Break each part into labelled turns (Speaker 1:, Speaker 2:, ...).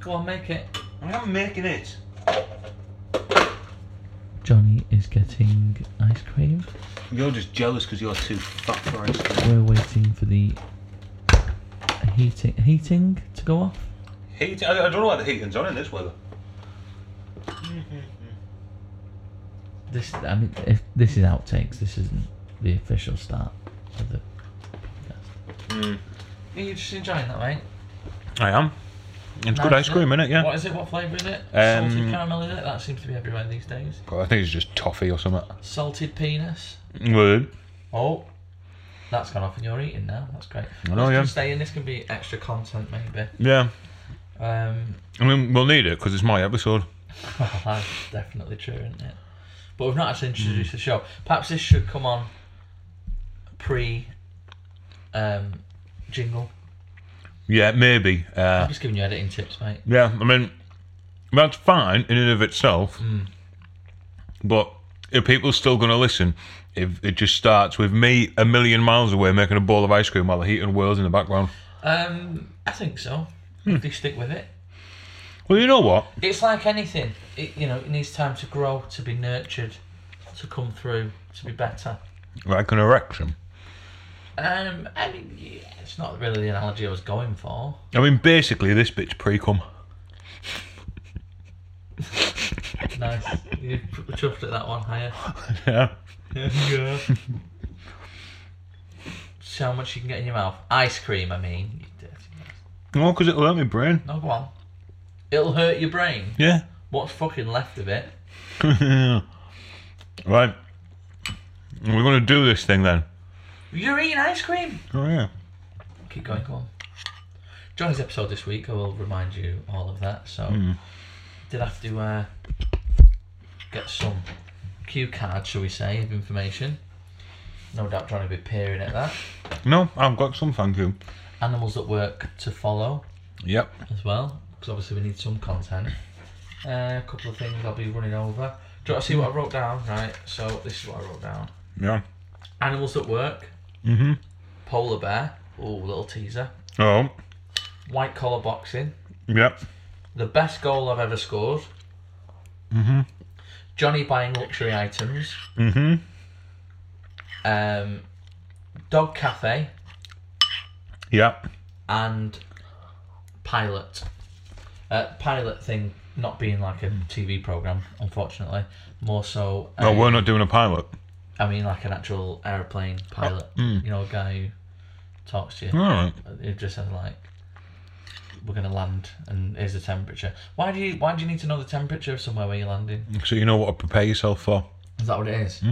Speaker 1: Go on, make it.
Speaker 2: I'm not making it.
Speaker 1: Johnny is getting ice cream.
Speaker 2: You're just jealous because you're too fat for ice cream.
Speaker 1: We're waiting for the heating heating to go off.
Speaker 2: Heat, I, I don't know why the heating's on in this weather.
Speaker 1: This, I mean, if this is outtakes. This isn't the official start of the podcast.
Speaker 2: Hmm.
Speaker 1: Are you just enjoying that, mate?
Speaker 2: I am. It's good ice cream, innit? Yeah.
Speaker 1: What is it? What flavour is it?
Speaker 2: Um,
Speaker 1: Salted caramel, is it? That seems to be everywhere these days.
Speaker 2: I think it's just toffee or something.
Speaker 1: Salted penis.
Speaker 2: Good.
Speaker 1: Oh, that's gone off and you're eating now. That's great.
Speaker 2: I know,
Speaker 1: Let's
Speaker 2: yeah.
Speaker 1: just stay in. This can be extra content, maybe.
Speaker 2: Yeah.
Speaker 1: Um,
Speaker 2: I mean, we'll need it because it's my episode.
Speaker 1: well, that's definitely true, isn't it? But we've not actually introduced the show. Perhaps this should come on pre um, jingle.
Speaker 2: Yeah, maybe. Uh,
Speaker 1: I'm just giving you editing tips, mate.
Speaker 2: yeah, I mean, that's fine in and of itself. But if people still going to listen if it just starts with me a million miles away making a bowl of ice cream while the heating whirls in the background?
Speaker 1: Um, I think so. If they stick with it,
Speaker 2: Well, you know what?
Speaker 1: it's like anything. It you know it needs time to grow, to be nurtured, to come through, to be better.
Speaker 2: Like an erection.
Speaker 1: Um, I mean, yeah, it's not really the analogy I was going for.
Speaker 2: I mean, basically, this bit's pre cum.
Speaker 1: Nice, you chuffed at that one higher.
Speaker 2: Yeah.
Speaker 1: There you go. See how much you can get in your mouth. Ice cream, I mean. You dirty bastard.
Speaker 2: No, because it'll hurt my brain.
Speaker 1: No, go on. It'll hurt your brain.
Speaker 2: Yeah.
Speaker 1: What's fucking left of it?
Speaker 2: Right. We're going to do this thing then.
Speaker 1: You're eating ice cream.
Speaker 2: Oh, yeah.
Speaker 1: Keep going, go on. Johnny's episode this week, I will remind you all of that. So, did have to uh, get some cue card, shall we say, of information. No doubt Johnny will be peering at that.
Speaker 2: No, I've got some, thank you.
Speaker 1: Animals at work to follow.
Speaker 2: Yep.
Speaker 1: as well because obviously we need some content. Uh, a couple of things I'll be running over. Do you want to see what I wrote down? Right, so this is what I wrote down:
Speaker 2: Yeah.
Speaker 1: animals at work, mm-hmm. polar bear. Oh, little teaser.
Speaker 2: Oh,
Speaker 1: White collar boxing.
Speaker 2: yep.
Speaker 1: The best goal I've ever scored. Mm-hmm. Johnny buying luxury items. Mm-hmm. Um, dog cafe
Speaker 2: Yep.
Speaker 1: and pilot. Uh, pilot thing not being like a TV program, unfortunately, more so.
Speaker 2: No,
Speaker 1: a-
Speaker 2: we're not doing a pilot.
Speaker 1: I mean, like an actual aeroplane pilot. You know, a guy who talks to you.
Speaker 2: All right.
Speaker 1: It just says like, "We're gonna land, and here's the temperature." Why do you Why do you need to know the temperature of somewhere where you're landing?
Speaker 2: So you know what to prepare yourself for.
Speaker 1: Is that what it is?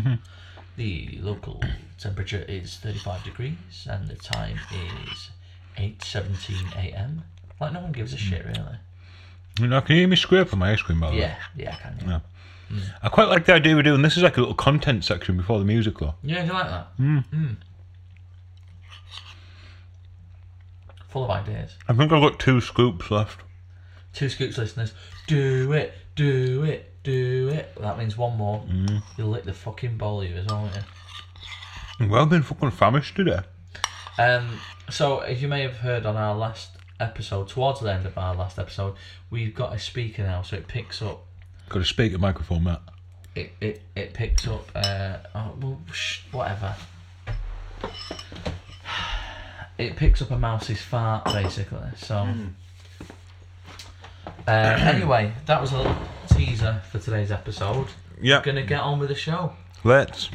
Speaker 1: The local temperature is 35 degrees, and the time is 8:17 a.m. Like no one gives a shit, really.
Speaker 2: You know, can you hear me scrape on my ice cream, by the way?
Speaker 1: Yeah, yeah, I can. Yeah,
Speaker 2: I quite like the idea we're doing. This is like a little content section before the music, though.
Speaker 1: yeah do you like that? Mm. Full of ideas.
Speaker 2: I think I've got two scoops left.
Speaker 1: Two scoops, listeners. Do it, do it, do it. That means one more. Mm. You'll lick the fucking bowl of yours, won't you?
Speaker 2: Well, I've been fucking famished today.
Speaker 1: Um, so, as you may have heard on our last episode, towards the end of our last episode, we've got a speaker now, so it picks up.
Speaker 2: Got a speaker microphone, Matt.
Speaker 1: It it, it picks up. Uh, oh, well, sh- whatever. It picks up a mouse's fart, basically. So. Uh, anyway, that was a little teaser for today's episode.
Speaker 2: Yep.
Speaker 1: Gonna get on with the show.
Speaker 2: Let's.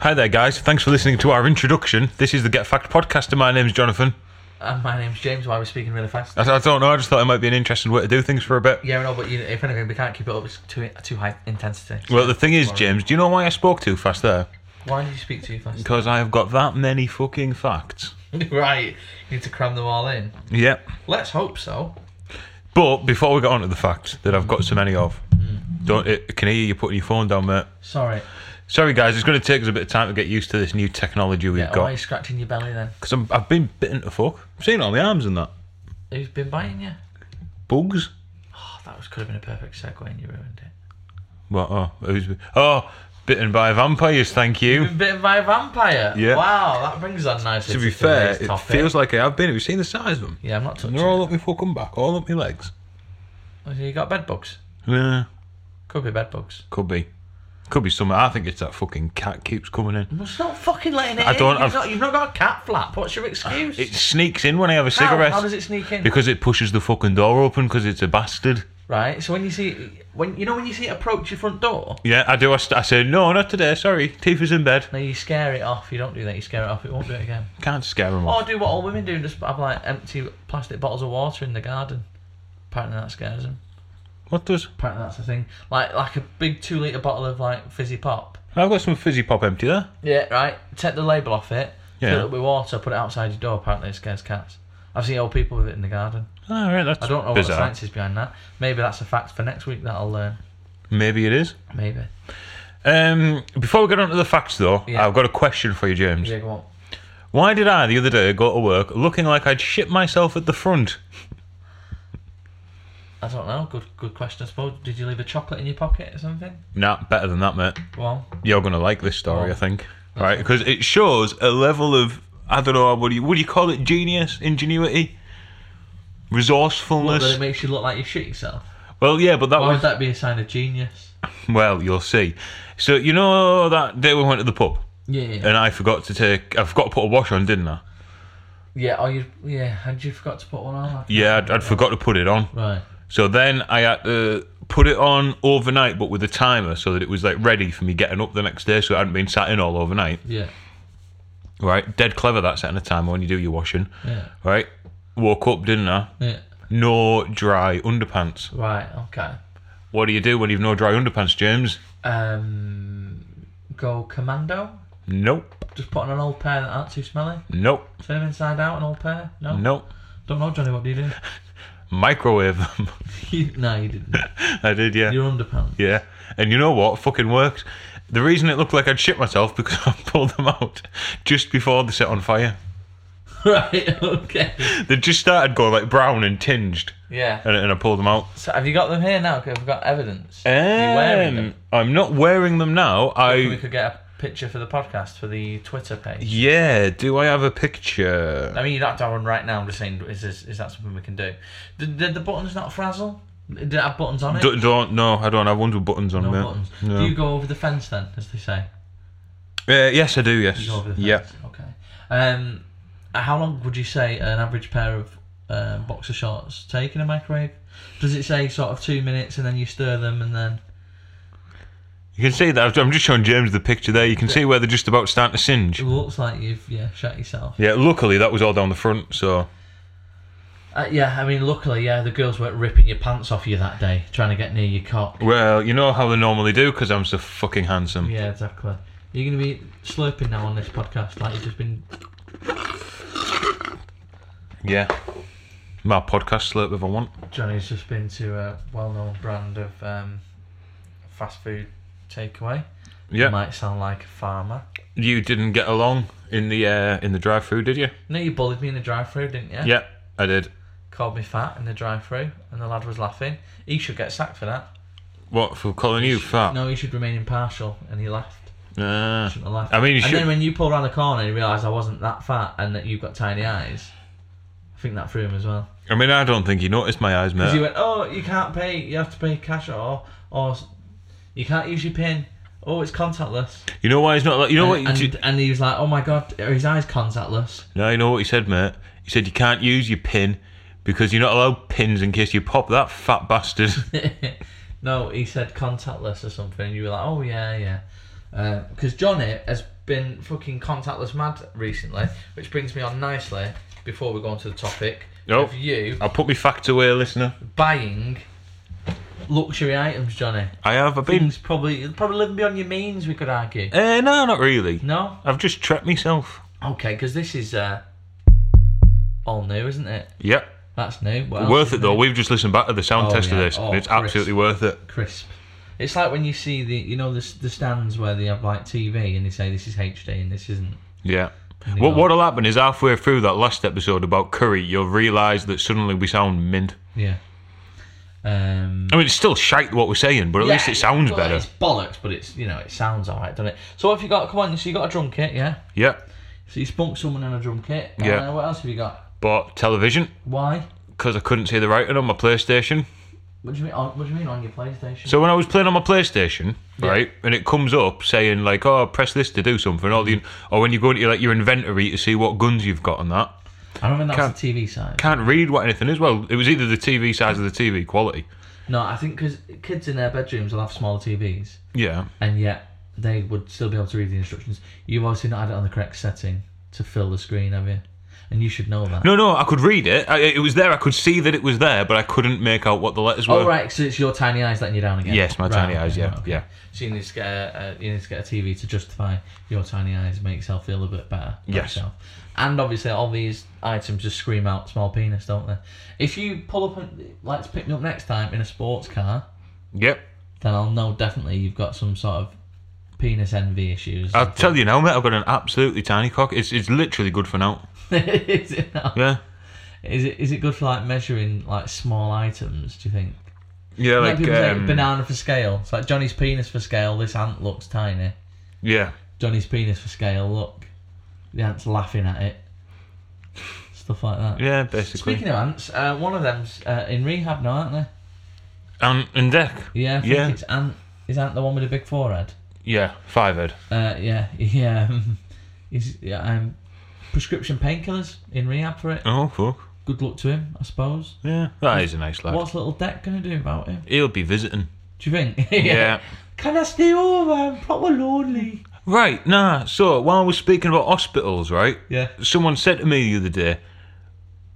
Speaker 2: Hi there, guys. Thanks for listening to our introduction. This is the Get Fact Podcast, and my name's Jonathan.
Speaker 1: And Uh, my name's James. Why are we speaking really fast?
Speaker 2: I, I don't know. I just thought it might be an interesting way to do things for a bit.
Speaker 1: Yeah, no, but you, if anything, we can't keep it up. It's too too high intensity.
Speaker 2: Well, the thing is, James, do you know why I spoke too fast there?
Speaker 1: Why did you speak too fast?
Speaker 2: Because I have got that many fucking facts.
Speaker 1: right, you need to cram them all in.
Speaker 2: Yep.
Speaker 1: Let's hope so.
Speaker 2: But before we get on to the facts that I've got so many of,
Speaker 1: Mm.
Speaker 2: don't it, can hear you putting your phone down, mate.
Speaker 1: Sorry.
Speaker 2: Sorry, guys, it's going to take us a bit of time to get used to this new technology we've
Speaker 1: Yeah, why are you
Speaker 2: got.
Speaker 1: scratching your belly then?
Speaker 2: Because I've been bitten to fuck. I've seen all the arms and that.
Speaker 1: Who's been biting you?
Speaker 2: Bugs.
Speaker 1: Oh, that was could have been a perfect segue and you ruined it.
Speaker 2: What? Oh, who's, oh bitten by vampires, thank you.
Speaker 1: You've been bitten by a vampire.
Speaker 2: Yeah.
Speaker 1: Wow, that brings on nicely.
Speaker 2: To be fair,
Speaker 1: today's
Speaker 2: it
Speaker 1: topic.
Speaker 2: feels like I have been. Have you seen the size of them?
Speaker 1: Yeah, I'm not touching.
Speaker 2: They're all up my fucking back, all up my legs.
Speaker 1: it. You got bed bugs.
Speaker 2: Yeah,
Speaker 1: Could be bed bugs.
Speaker 2: could be. Could be something. I think it's that fucking cat keeps coming in.
Speaker 1: Well, stop fucking letting it
Speaker 2: I
Speaker 1: in.
Speaker 2: don't
Speaker 1: you've,
Speaker 2: have-
Speaker 1: not, you've not got a cat flap. What's your excuse?
Speaker 2: It sneaks in when I have a
Speaker 1: How?
Speaker 2: cigarette.
Speaker 1: How does it sneak in?
Speaker 2: Because it pushes the fucking door open because it's a bastard.
Speaker 1: Right. So when you see when you know when you see it approach your front door,
Speaker 2: Yeah, I do. I, st- I say, no, not today, sorry. Tifa's in bed.
Speaker 1: no, you scare it off. You don't do that. You scare it off. It won't do it again.
Speaker 2: Can't scare him
Speaker 1: Or
Speaker 2: off.
Speaker 1: do what all women do: just have like empty plastic bottles of water in the garden. Apparently that scares them.
Speaker 2: What does?
Speaker 1: Apparently that's the thing. Like like a big two liter bottle of like fizzy pop.
Speaker 2: I've got some fizzy pop empty there.
Speaker 1: Yeah. Right. Take the label off it.
Speaker 2: Yeah.
Speaker 1: Fill it with water. Put it outside your door. Apparently it scares cats. I've seen old people with it in the garden.
Speaker 2: All right, that's
Speaker 1: I don't know what the
Speaker 2: bizarre.
Speaker 1: science is behind that. Maybe that's a fact for next week that I'll learn.
Speaker 2: Maybe it is.
Speaker 1: Maybe.
Speaker 2: Um, before we get on to the facts, though,
Speaker 1: Yeah.
Speaker 2: I've got a question for you, James.
Speaker 1: Yeah, go on.
Speaker 2: Why did I the other day go to work looking like I'd shit myself at the front?
Speaker 1: I don't know. Good good question, I suppose. Did you leave a chocolate in your pocket or something?
Speaker 2: Nah, better than that, mate.
Speaker 1: Go on.
Speaker 2: You're gonna like this story,
Speaker 1: Oh.
Speaker 2: I think. Right, because it shows a level of I don't know what do you would you call it genius, ingenuity,
Speaker 1: Well, then
Speaker 2: resourcefulness.
Speaker 1: it makes you look like you shit yourself.
Speaker 2: well, yeah, but that
Speaker 1: Why would
Speaker 2: was
Speaker 1: that be a sign of genius?
Speaker 2: well, you'll see. So you know that day we went to the pub
Speaker 1: Yeah, yeah.
Speaker 2: and I forgot to take I forgot to put a wash on, didn't I?
Speaker 1: yeah oh, you, yeah. Had you forgot to put one on?
Speaker 2: Yeah, I'd, I'd forgot to put it on.
Speaker 1: Right.
Speaker 2: So then I had to put it on overnight, but with a timer, so that it was like ready for me getting up the next day, so it hadn't been sat in all overnight.
Speaker 1: Yeah.
Speaker 2: Right, dead clever that setting a timer when you do your washing.
Speaker 1: Yeah.
Speaker 2: Right, woke up, didn't I?
Speaker 1: Yeah.
Speaker 2: No dry underpants.
Speaker 1: Right. Okay.
Speaker 2: What do you do when you've no dry underpants, James?
Speaker 1: Um, go commando.
Speaker 2: Nope,
Speaker 1: Just put on an old pair that aren't too smelly.
Speaker 2: nope,
Speaker 1: Turn them inside out. An old pair. No.
Speaker 2: nope.
Speaker 1: Don't know, Johnny. What do you do?
Speaker 2: Microwave them.
Speaker 1: you, no, you didn't.
Speaker 2: I did, yeah.
Speaker 1: Your underpants.
Speaker 2: Yeah. And you know what? Fucking worked. The reason it looked like I'd shit myself because I pulled them out just before they set on fire.
Speaker 1: right. Okay.
Speaker 2: They just started going like brown and tinged,
Speaker 1: Yeah.
Speaker 2: and, and I pulled them out.
Speaker 1: So have you got them here now? Because we've got evidence. Are you wearing them?
Speaker 2: Um, I'm not wearing them now.
Speaker 1: we
Speaker 2: I
Speaker 1: could get a picture for the podcast for the Twitter page.
Speaker 2: yeah. Do I have a picture?
Speaker 1: I mean, you don't have to have one right now. I'm just saying, is this, is that something we can do? Did, did the buttons not frazzle? Did it have buttons on it?
Speaker 2: Don't, don't no. I don't have one with buttons on
Speaker 1: no
Speaker 2: me.
Speaker 1: buttons.
Speaker 2: No.
Speaker 1: Do you go over the fence then, as they say?
Speaker 2: Uh, yes, I do. Yes.
Speaker 1: You go over the fence.
Speaker 2: Yeah.
Speaker 1: Okay. Um, how long would you say an average pair of uh, boxer shorts take in a microwave? Does it say sort of two minutes and then you stir them and then?
Speaker 2: You can see that. I'm just showing James the picture there. You can see where they're just about starting to singe.
Speaker 1: It looks like you've yeah shot yourself.
Speaker 2: Yeah. Luckily, that was all down the front. So
Speaker 1: Uh, yeah, I mean, luckily, yeah, the girls weren't ripping your pants off you that day, trying to get near your cock.
Speaker 2: well, you know how they normally do because I'm so fucking handsome.
Speaker 1: Yeah, exactly. You're going to be slurping now on this podcast, like you've just been.
Speaker 2: Yeah. My podcast slurp if I want.
Speaker 1: Johnny's just been to a well-known brand of um, fast food takeaway.
Speaker 2: Yeah.
Speaker 1: Might sound like a farmer.
Speaker 2: You didn't get along in the uh, in the drive-through, did you?
Speaker 1: No, you bullied me in the drive-through, didn't you?
Speaker 2: Yeah, I did.
Speaker 1: Called me fat in the drive-through, and the lad was laughing. He should get sacked for that.
Speaker 2: What for calling you fat?
Speaker 1: No, he should remain impartial, and he laughed.
Speaker 2: Ah.
Speaker 1: Shouldn't have laughed.
Speaker 2: I mean, you
Speaker 1: and
Speaker 2: should-
Speaker 1: then when you pulled around the corner, and realised I wasn't that fat, and that you've got tiny eyes. I think that threw him as well.
Speaker 2: I mean, I don't think he noticed my eyes,
Speaker 1: Because he
Speaker 2: mate.
Speaker 1: went, oh, you can't pay. You have to pay cash or or s- you can't use your pin. Oh, it's contactless.
Speaker 2: You know why he's not? Like, you know
Speaker 1: and,
Speaker 2: what? You,
Speaker 1: and, and he was like, oh my god, are his eyes contactless?
Speaker 2: no, you know what he said, mate. He said you can't use your pin because you're not allowed pins in case you pop that fat bastard.
Speaker 1: No, he said contactless or something. You were like, oh yeah, Um, yeah. Because Johnny has been fucking contactless mad recently, which brings me on nicely before we go on to the topic
Speaker 2: Nope.
Speaker 1: of you
Speaker 2: I'll put my fact away, listener.
Speaker 1: buying luxury items, Johnny.
Speaker 2: I have. I've been.
Speaker 1: Things probably probably living beyond your means. We could argue.
Speaker 2: Uh, no, not really.
Speaker 1: No.
Speaker 2: I've just trapped myself.
Speaker 1: Okay, because this is uh, all new, isn't it?
Speaker 2: Yep.
Speaker 1: That's new. What else
Speaker 2: worth
Speaker 1: is
Speaker 2: it though.
Speaker 1: new?
Speaker 2: We've just listened back to the sound
Speaker 1: Oh,
Speaker 2: test
Speaker 1: yeah.
Speaker 2: of this.
Speaker 1: Oh,
Speaker 2: and it's
Speaker 1: Chris.
Speaker 2: absolutely worth it.
Speaker 1: crisp. It's like when you see the you know the s- the stands where they have like TV and they say this is HD and this isn't.
Speaker 2: Yeah. What What'll happen is halfway through that last episode about curry, you'll realise that suddenly we sound mint.
Speaker 1: Yeah. Um.
Speaker 2: I mean, it's still shite what we're saying, but at least
Speaker 1: yeah,
Speaker 2: it sounds
Speaker 1: well,
Speaker 2: better.
Speaker 1: It's bollocks, but it's you know it sounds alright, doesn't it? So what have you got? Come on, so you got a drum kit, yeah?
Speaker 2: Yeah.
Speaker 1: So you spunk someone in a drum kit.
Speaker 2: Yeah.
Speaker 1: Uh, what else have you got?
Speaker 2: But television,
Speaker 1: Why?
Speaker 2: because I couldn't see the writing on my PlayStation.
Speaker 1: What do you mean? On, what do you mean on your PlayStation?
Speaker 2: So when I was playing on my PlayStation, right, and it comes up saying like, "Oh, press this to do something," or, the, or when you go into like your inventory to see what guns you've got and that,
Speaker 1: I don't think that's
Speaker 2: Can't-
Speaker 1: the TV side.
Speaker 2: can't read what anything is. Well, it was either the TV size or the TV quality.
Speaker 1: No, I think because kids in their bedrooms will have smaller TVs,
Speaker 2: Yeah.
Speaker 1: and yet they would still be able to read the instructions. You've obviously not had it on the correct setting to fill the screen, have you? And you should know that.
Speaker 2: No, no, I could read it. I, it was there. I could see that it was there, but I couldn't make out what the letters were.
Speaker 1: Oh right, so it's your tiny eyes letting you down again.
Speaker 2: Yes, my
Speaker 1: Right,
Speaker 2: tiny
Speaker 1: okay,
Speaker 2: eyes. Yeah,
Speaker 1: right, okay.
Speaker 2: yeah.
Speaker 1: So you need to get a, a, you need to get a TV to justify your tiny eyes, make yourself feel a bit better. about
Speaker 2: Yes.
Speaker 1: yourself. And obviously, all these items just scream out "small penis," don't they? If you pull up, and, like to pick me up next time in a sports car,
Speaker 2: Yep.
Speaker 1: then I'll know definitely you've got some sort of penis envy issues.
Speaker 2: I'll tell you now, mate. I've got an absolutely tiny cock. It's it's literally good for now.
Speaker 1: is, it not?
Speaker 2: Yeah.
Speaker 1: is it is it good for like measuring like small items? Do you think?
Speaker 2: Yeah,
Speaker 1: Like,
Speaker 2: like,
Speaker 1: people say
Speaker 2: um,
Speaker 1: banana for scale. It's like Johnny's penis for scale. This ant looks tiny.
Speaker 2: yeah.
Speaker 1: Johnny's penis for scale. Look, the ant's laughing at it. Stuff like that.
Speaker 2: Yeah, basically.
Speaker 1: Speaking of ants, uh, one of them's uh, in rehab now, aren't they?
Speaker 2: and and deck.
Speaker 1: Yeah, I think
Speaker 2: Yeah.
Speaker 1: it's ant. Is ant the one with the big forehead?
Speaker 2: Yeah, five head.
Speaker 1: Uh, yeah, yeah. um, He's yeah, um, prescription painkillers in rehab for it.
Speaker 2: Oh fuck.
Speaker 1: Good luck to him, I suppose.
Speaker 2: Yeah, that is a nice lad.
Speaker 1: What's little Deck gonna do about him?
Speaker 2: He'll be visiting.
Speaker 1: Do you think?
Speaker 2: Yeah.
Speaker 1: Can I stay over? I'm proper lonely.
Speaker 2: Right, nah. So while we're speaking about hospitals, right?
Speaker 1: Yeah.
Speaker 2: Someone said to me the other day,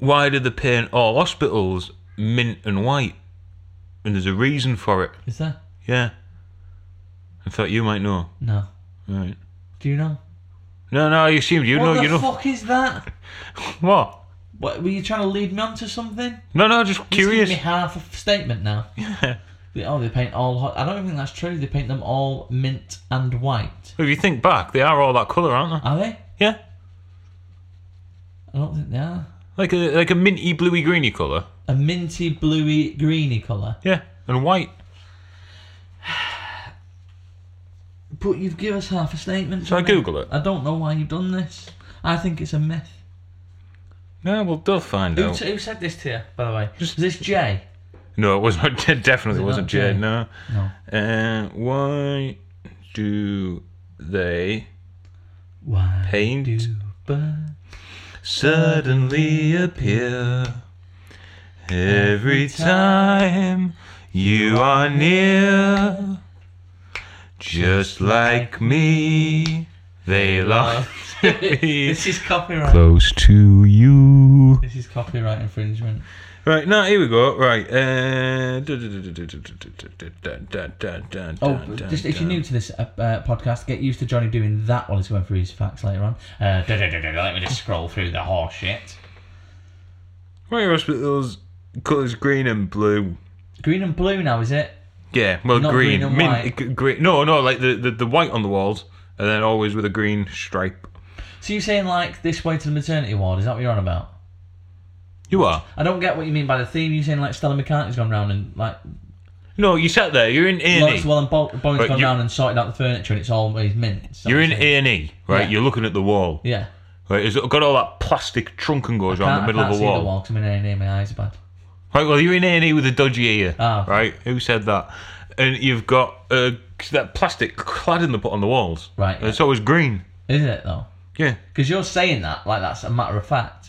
Speaker 2: "Why do they paint all hospitals mint and white?" And there's a reason for it.
Speaker 1: Is there?
Speaker 2: Yeah. I thought you might know.
Speaker 1: No.
Speaker 2: Right.
Speaker 1: Do you know?
Speaker 2: No, no, I assumed you
Speaker 1: what
Speaker 2: know.
Speaker 1: the
Speaker 2: You know
Speaker 1: fuck is that?
Speaker 2: what?
Speaker 1: What, were you trying to lead me on to something?
Speaker 2: No, no, just
Speaker 1: Just give
Speaker 2: curious.
Speaker 1: me half a f- statement now. They, oh, they paint all. hot- I don't even think that's true. They paint them all mint and white.
Speaker 2: If you think back, they are all that colour, aren't
Speaker 1: Are they?
Speaker 2: they? Yeah,
Speaker 1: I don't think they are.
Speaker 2: like a like a minty, bluey, greeny colour.
Speaker 1: A minty, bluey, greeny colour.
Speaker 2: Yeah, and white.
Speaker 1: But you've given us half a statement.
Speaker 2: Shall I
Speaker 1: Johnny.
Speaker 2: Google it?
Speaker 1: I don't know why you've done this. I think it's a myth.
Speaker 2: No, well, they'll find
Speaker 1: Who,
Speaker 2: out.
Speaker 1: t- who said this to you, by the way? Is this Jay?
Speaker 2: No, it was not. It definitely
Speaker 1: Was it
Speaker 2: wasn't
Speaker 1: not
Speaker 2: Jade.
Speaker 1: Jade?
Speaker 2: No.
Speaker 1: No.
Speaker 2: Uh, why do they
Speaker 1: Why
Speaker 2: Paint.
Speaker 1: do birds-
Speaker 2: suddenly appear every time you are near? Just like me, they long to be
Speaker 1: This is copyright.
Speaker 2: close to you.
Speaker 1: This is copyright infringement.
Speaker 2: Right, now here we go. Right. Uh, da- da- da- da- da- da- da- da- da- da-
Speaker 1: Oh,
Speaker 2: da- da-
Speaker 1: just if you're
Speaker 2: da.
Speaker 1: new to this uh, uh, podcast, get used to Johnny doing that while he's going through his facts later on. Uh, da, da, da, da, da, let me just scroll through the horse shit.
Speaker 2: Right, hospitals colours green and blue.
Speaker 1: Green and blue now, is it?
Speaker 2: Yeah, well,
Speaker 1: Not
Speaker 2: green,
Speaker 1: green and
Speaker 2: mint,
Speaker 1: white.
Speaker 2: g- green. No, no, like the, the, the white on the walls, and then always with a green stripe.
Speaker 1: So you're saying like this way to the maternity ward? Is that what you're on about?
Speaker 2: You are.
Speaker 1: I don't get what you mean by the theme. You're saying like Stella McCartney's gone round and like
Speaker 2: No, you sat there. You're in A
Speaker 1: Lawrence
Speaker 2: and E.
Speaker 1: Well and Bo- Bowen's
Speaker 2: But
Speaker 1: gone
Speaker 2: you-
Speaker 1: round and sorted out the furniture and it's always mint. So
Speaker 2: You're in
Speaker 1: saying-
Speaker 2: A and E, right?
Speaker 1: Yeah.
Speaker 2: You're looking at the wall.
Speaker 1: Yeah.
Speaker 2: Right, it's got all that plastic trunk and goes around
Speaker 1: Can't,
Speaker 2: the middle
Speaker 1: I can't
Speaker 2: of the
Speaker 1: see
Speaker 2: wall.
Speaker 1: the wall 'cause I'm in A and E. My eyes are bad.
Speaker 2: Right, well, you're in A and E with a dodgy ear,
Speaker 1: Ah.
Speaker 2: right? Who said that? And you've got uh, that plastic cladding they put on the walls.
Speaker 1: Right,
Speaker 2: And It's always green.
Speaker 1: Is it though?
Speaker 2: Yeah.
Speaker 1: Because you're saying that like that's a matter of fact.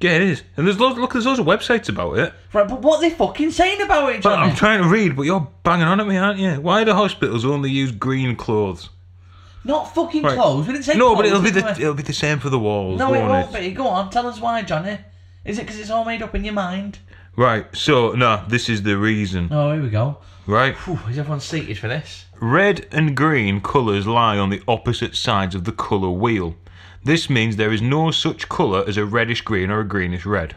Speaker 2: Yeah, it is. And there's loads. Look, there's loads of websites about it.
Speaker 1: Right, but what are they fucking saying about it,
Speaker 2: But
Speaker 1: Johnny?
Speaker 2: I'm trying to read, but you're banging on at me, aren't you? Why do hospitals only use green clothes?
Speaker 1: Not fucking
Speaker 2: Right.
Speaker 1: clothes. We didn't say
Speaker 2: No, but
Speaker 1: clothes,
Speaker 2: it'll be
Speaker 1: did
Speaker 2: the
Speaker 1: we?
Speaker 2: it'll be the same for the walls.
Speaker 1: No, it
Speaker 2: won't
Speaker 1: won't be. Go on, tell us why, Johnny. Is it because it's all made up in your mind?
Speaker 2: Right. So no, this is the reason.
Speaker 1: Oh, here we go.
Speaker 2: Right.
Speaker 1: Phew, is everyone seated for this?
Speaker 2: Red and green colours lie on the opposite sides of the colour wheel. This means there is no such colour as a reddish green or a greenish red.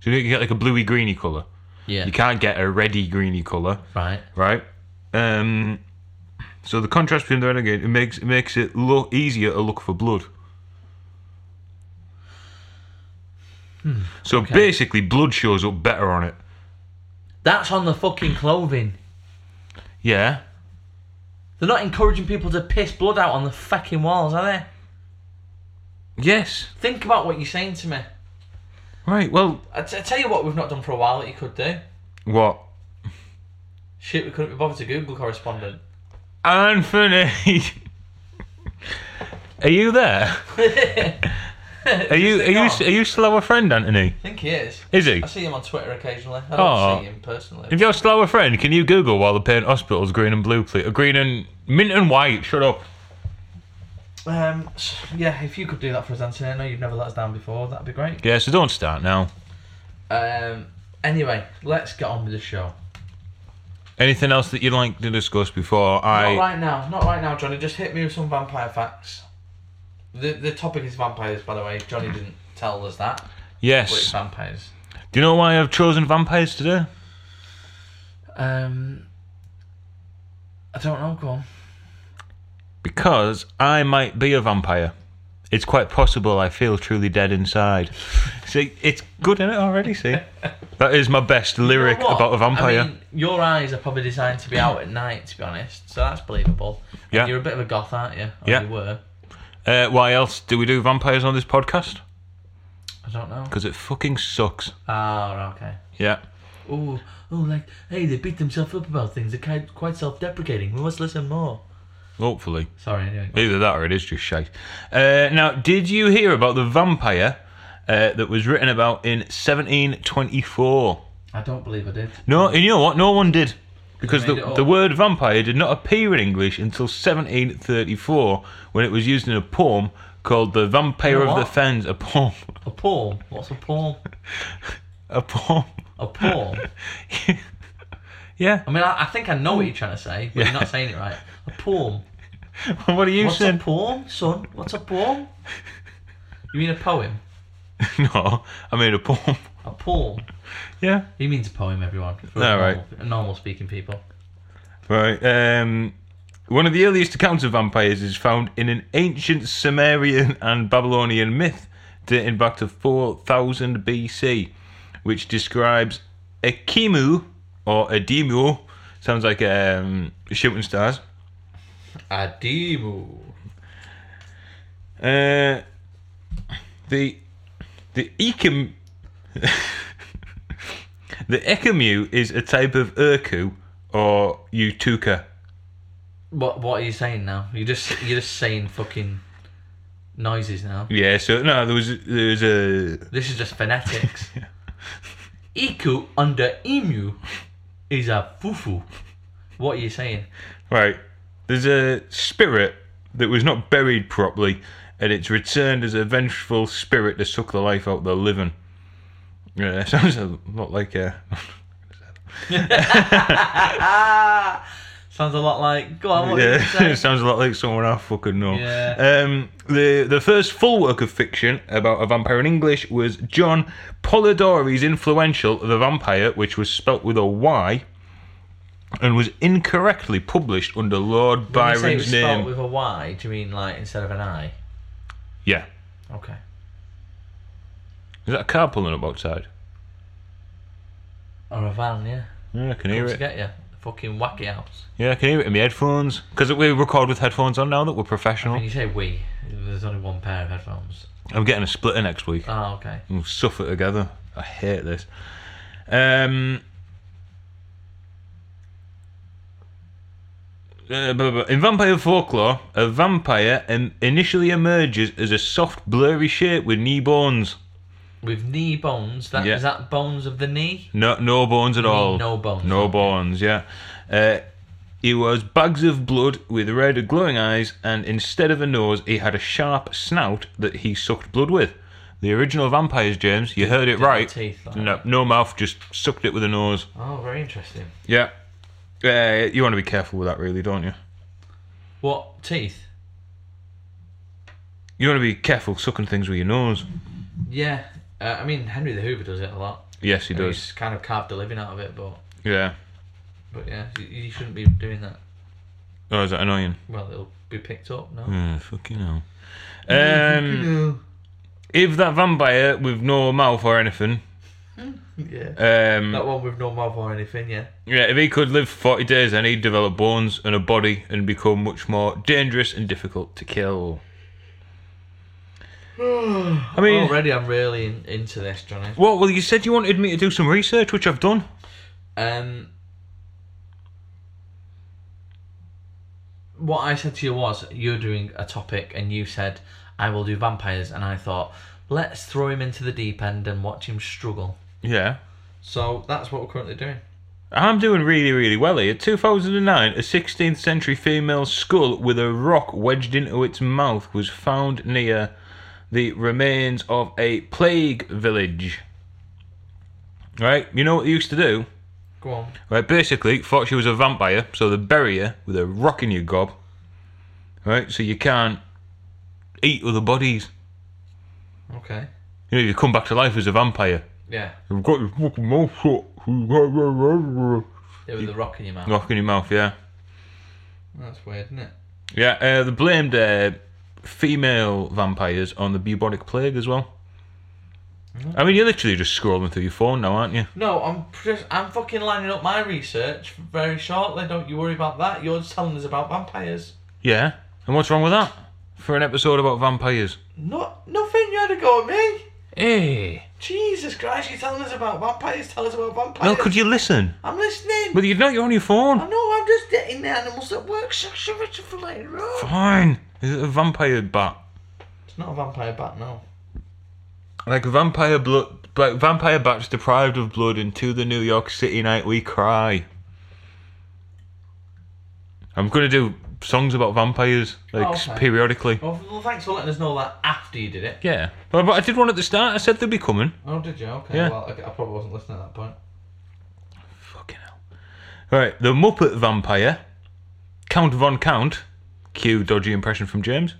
Speaker 2: So you get like a bluey greeny colour.
Speaker 1: Yeah.
Speaker 2: You can't get a reddy greeny colour,
Speaker 1: Right.
Speaker 2: right? Um, so the contrast between the red and green it makes it makes it look easier to look for blood. So basically, blood shows up better on it.
Speaker 1: That's on the fucking clothing.
Speaker 2: Yeah.
Speaker 1: They're not encouraging people to piss blood out on the fucking walls, are they?
Speaker 2: Yes.
Speaker 1: Think about what you're saying to me.
Speaker 2: Right. Well,
Speaker 1: I, t- I tell you what, we've not done for a while that you could do.
Speaker 2: what?
Speaker 1: Shit, we couldn't be bothered to Google correspondent.
Speaker 2: Anthony, are you there? are you are you
Speaker 1: gone?
Speaker 2: are you still our friend, Anthony?
Speaker 1: I think he is.
Speaker 2: Is he? Oh.
Speaker 1: I see him on Twitter occasionally. I don't
Speaker 2: Aw.
Speaker 1: see him personally.
Speaker 2: If you're still our friend, can you Google while the paint hospitals green and blue, please? Uh, Green and mint and white. Shut up.
Speaker 1: Um, s- yeah, if you could do that for us, Anthony, I know you've never let us down before. That'd be great.
Speaker 2: Yeah, so don't start now.
Speaker 1: Um, anyway, let's get on with the show.
Speaker 2: Anything else that you'd like to discuss before
Speaker 1: Not
Speaker 2: I?
Speaker 1: right now, not right now, Johnny. Just hit me with some vampire facts. The the topic is vampires, by the way. Johnny didn't tell us that, but it's
Speaker 2: Yes.
Speaker 1: vampires.
Speaker 2: Do you know why I've chosen vampires today?
Speaker 1: Um, I don't know. Go on.
Speaker 2: Because I might be a vampire. It's quite possible I feel truly dead inside. see, it's good in it already, see? That is my best lyric
Speaker 1: You know what?
Speaker 2: about a vampire.
Speaker 1: I mean, your eyes are probably designed to be out at night, to be honest. So that's believable. And
Speaker 2: Yeah.
Speaker 1: you're a bit of a goth, aren't you? Or
Speaker 2: Yeah.
Speaker 1: You were.
Speaker 2: uh, why else do we do vampires on this podcast?
Speaker 1: I don't know.
Speaker 2: Because it fucking sucks.
Speaker 1: Ah, okay.
Speaker 2: Yeah.
Speaker 1: Oh, oh, like, hey, they beat themselves up about things. They're ki- quite self-deprecating. We must listen more.
Speaker 2: Hopefully.
Speaker 1: Sorry. Anyway.
Speaker 2: Either that or it is just shite. Uh, now, did you hear about the vampire uh, that was written about in 1724?
Speaker 1: I don't believe I did.
Speaker 2: No, and you know what? No one did. Because
Speaker 1: They
Speaker 2: the,
Speaker 1: made it up.
Speaker 2: the word vampire did not appear in English until 1734 when it was used in a poem called The
Speaker 1: You
Speaker 2: Vampire
Speaker 1: know
Speaker 2: of the
Speaker 1: what?
Speaker 2: Fens. A poem.
Speaker 1: A palm. What's a palm?
Speaker 2: A poem.
Speaker 1: A palm.
Speaker 2: Yeah.
Speaker 1: I mean, I, I think I know what you're trying to say, but you're not saying it right. A poem.
Speaker 2: what are you
Speaker 1: What's a
Speaker 2: saying?
Speaker 1: poem, son? What's a poem? You mean a poem?
Speaker 2: no, I made a poem.
Speaker 1: A poem.
Speaker 2: Yeah.
Speaker 1: He means poem, everyone. For
Speaker 2: No,
Speaker 1: normal,
Speaker 2: right.
Speaker 1: normal speaking people.
Speaker 2: Right. Um, one of the earliest accounts of vampires is found in an ancient Sumerian and Babylonian myth dating back to 4000 BC, which describes a Kimu or a Demu, sounds like um, shooting stars,
Speaker 1: Adimu.
Speaker 2: uh, the the Ikim. the Ikamu is a type of Urku or Utuka.
Speaker 1: What What are you saying now? You're just You're just saying fucking noises now.
Speaker 2: Yeah, so no, there was there was a
Speaker 1: This is just phonetics. Iku under emu is a fufu. What are you saying?
Speaker 2: Right. There's a spirit that was not buried properly, and it's returned as a vengeful spirit to suck the life out of the living. Yeah, it sounds a lot like uh, a.
Speaker 1: Sounds a lot like. Go on. What yeah. you
Speaker 2: Yeah,
Speaker 1: saying?
Speaker 2: it sounds a lot like someone I fucking know.
Speaker 1: Yeah.
Speaker 2: Um, the the first full work of fiction about a vampire in English was John Polidori's influential The Vampire, which was spelt with a Y, and was incorrectly published under Lord
Speaker 1: When you say it was
Speaker 2: Byron's
Speaker 1: spelt
Speaker 2: name.
Speaker 1: with a Y, do you mean like instead of an I?
Speaker 2: yeah.
Speaker 1: Okay.
Speaker 2: Is that a car pulling up outside?
Speaker 1: Or a van, yeah.
Speaker 2: Yeah, I can hear
Speaker 1: Come to
Speaker 2: it.
Speaker 1: get you. Fucking wacky house.
Speaker 2: Yeah, I can hear it in my headphones. Because we record with headphones on now that we're
Speaker 1: When
Speaker 2: professional.
Speaker 1: you say we, there's only one pair of headphones.
Speaker 2: I'm getting a splitter next week.
Speaker 1: Oh, okay.
Speaker 2: We'll suffer together. I hate this. Um. uh, blah, blah. In vampire folklore, a vampire in- initially emerges as a soft, blurry shape with knee bones.
Speaker 1: With knee bones, that is
Speaker 2: Yeah.
Speaker 1: that bones of the knee?
Speaker 2: No, no bones at all.
Speaker 1: no bones,
Speaker 2: No
Speaker 1: okay.
Speaker 2: bones. Yeah. Uh, He was bags of blood with red glowing eyes, and instead of a nose, he had a sharp snout that he sucked blood with. The original vampires, James, you heard it
Speaker 1: have
Speaker 2: right.
Speaker 1: teeth like
Speaker 2: no, no mouth, just sucked it with a nose.
Speaker 1: Oh, very interesting.
Speaker 2: Yeah. Uh, you want to be careful with that, really, don't you?
Speaker 1: What teeth?
Speaker 2: You want to be careful sucking things with your nose.
Speaker 1: Yeah, uh, I mean Henry the Hoover does it a lot.
Speaker 2: Yes, he
Speaker 1: And
Speaker 2: does.
Speaker 1: He's kind of carved a living out of it, but
Speaker 2: Yeah.
Speaker 1: but yeah, you, you shouldn't be doing that.
Speaker 2: Oh, is that annoying?
Speaker 1: Well, it'll be picked up. No.
Speaker 2: Uh, fucking hell. Um, if that vampire with no mouth or anything,
Speaker 1: Yeah.
Speaker 2: um,
Speaker 1: that one with no mouth or anything. Yeah.
Speaker 2: yeah, if he could live 40 days, then he'd develop bones and a body and become much more dangerous and difficult to kill. I mean,
Speaker 1: Already, I'm really in, into this, Johnny.
Speaker 2: well, well, you said you wanted me to do some research, which I've done.
Speaker 1: Um, what I said to you was, you're doing a topic, and you said, I will do vampires. And I thought, let's throw him into the deep end and watch him struggle.
Speaker 2: Yeah.
Speaker 1: So that's what we're currently doing.
Speaker 2: I'm doing really, really well here. 2009, a 16th century female skull with a rock wedged into its mouth was found near the remains of a plague village. Right, you know what they used to do?
Speaker 1: Go on.
Speaker 2: Right, basically, thought she was a vampire, so they bury her with a rock in your gob. Right, so you can't eat other bodies.
Speaker 1: Okay.
Speaker 2: You know, you come back to life as a vampire.
Speaker 1: Yeah.
Speaker 2: You've got your fucking mouth shut.
Speaker 1: Yeah, with the rock in your mouth.
Speaker 2: Rock in your mouth, yeah.
Speaker 1: That's weird, isn't it?
Speaker 2: Yeah, uh, they blamed uh, female vampires on the bubonic plague as well. I mean, you're literally just scrolling through your phone now, aren't you?
Speaker 1: No, I'm just, I'm fucking lining up my research very shortly. Don't you worry about that. You're just telling us about vampires.
Speaker 2: Yeah. And what's wrong with that? For an episode about vampires.
Speaker 1: Not nothing. You had to go at me. Eh.
Speaker 2: Hey.
Speaker 1: Jesus Christ, you're telling us about vampires, tell us about vampires.
Speaker 2: Well, could you listen?
Speaker 1: I'm listening.
Speaker 2: But you know you're on your phone.
Speaker 1: I know, I'm just getting the animals that work section Richard for later on.
Speaker 2: Fine. Is it a vampire bat?
Speaker 1: It's not a vampire bat, no.
Speaker 2: Like vampire blood. Like vampire bats deprived of blood, and to the New York City night we cry. I'm gonna do songs about vampires, like
Speaker 1: Okay.
Speaker 2: periodically.
Speaker 1: Well, Oh, well, thanks for letting us know that after you did it.
Speaker 2: Yeah. But, but I did one at the start. I said they'd be coming.
Speaker 1: Oh, did you? Okay,
Speaker 2: Yeah.
Speaker 1: well, I, I probably wasn't listening at that point.
Speaker 2: Fucking hell. Right, the Muppet Vampire, Count Von Count. Cue dodgy impression from James.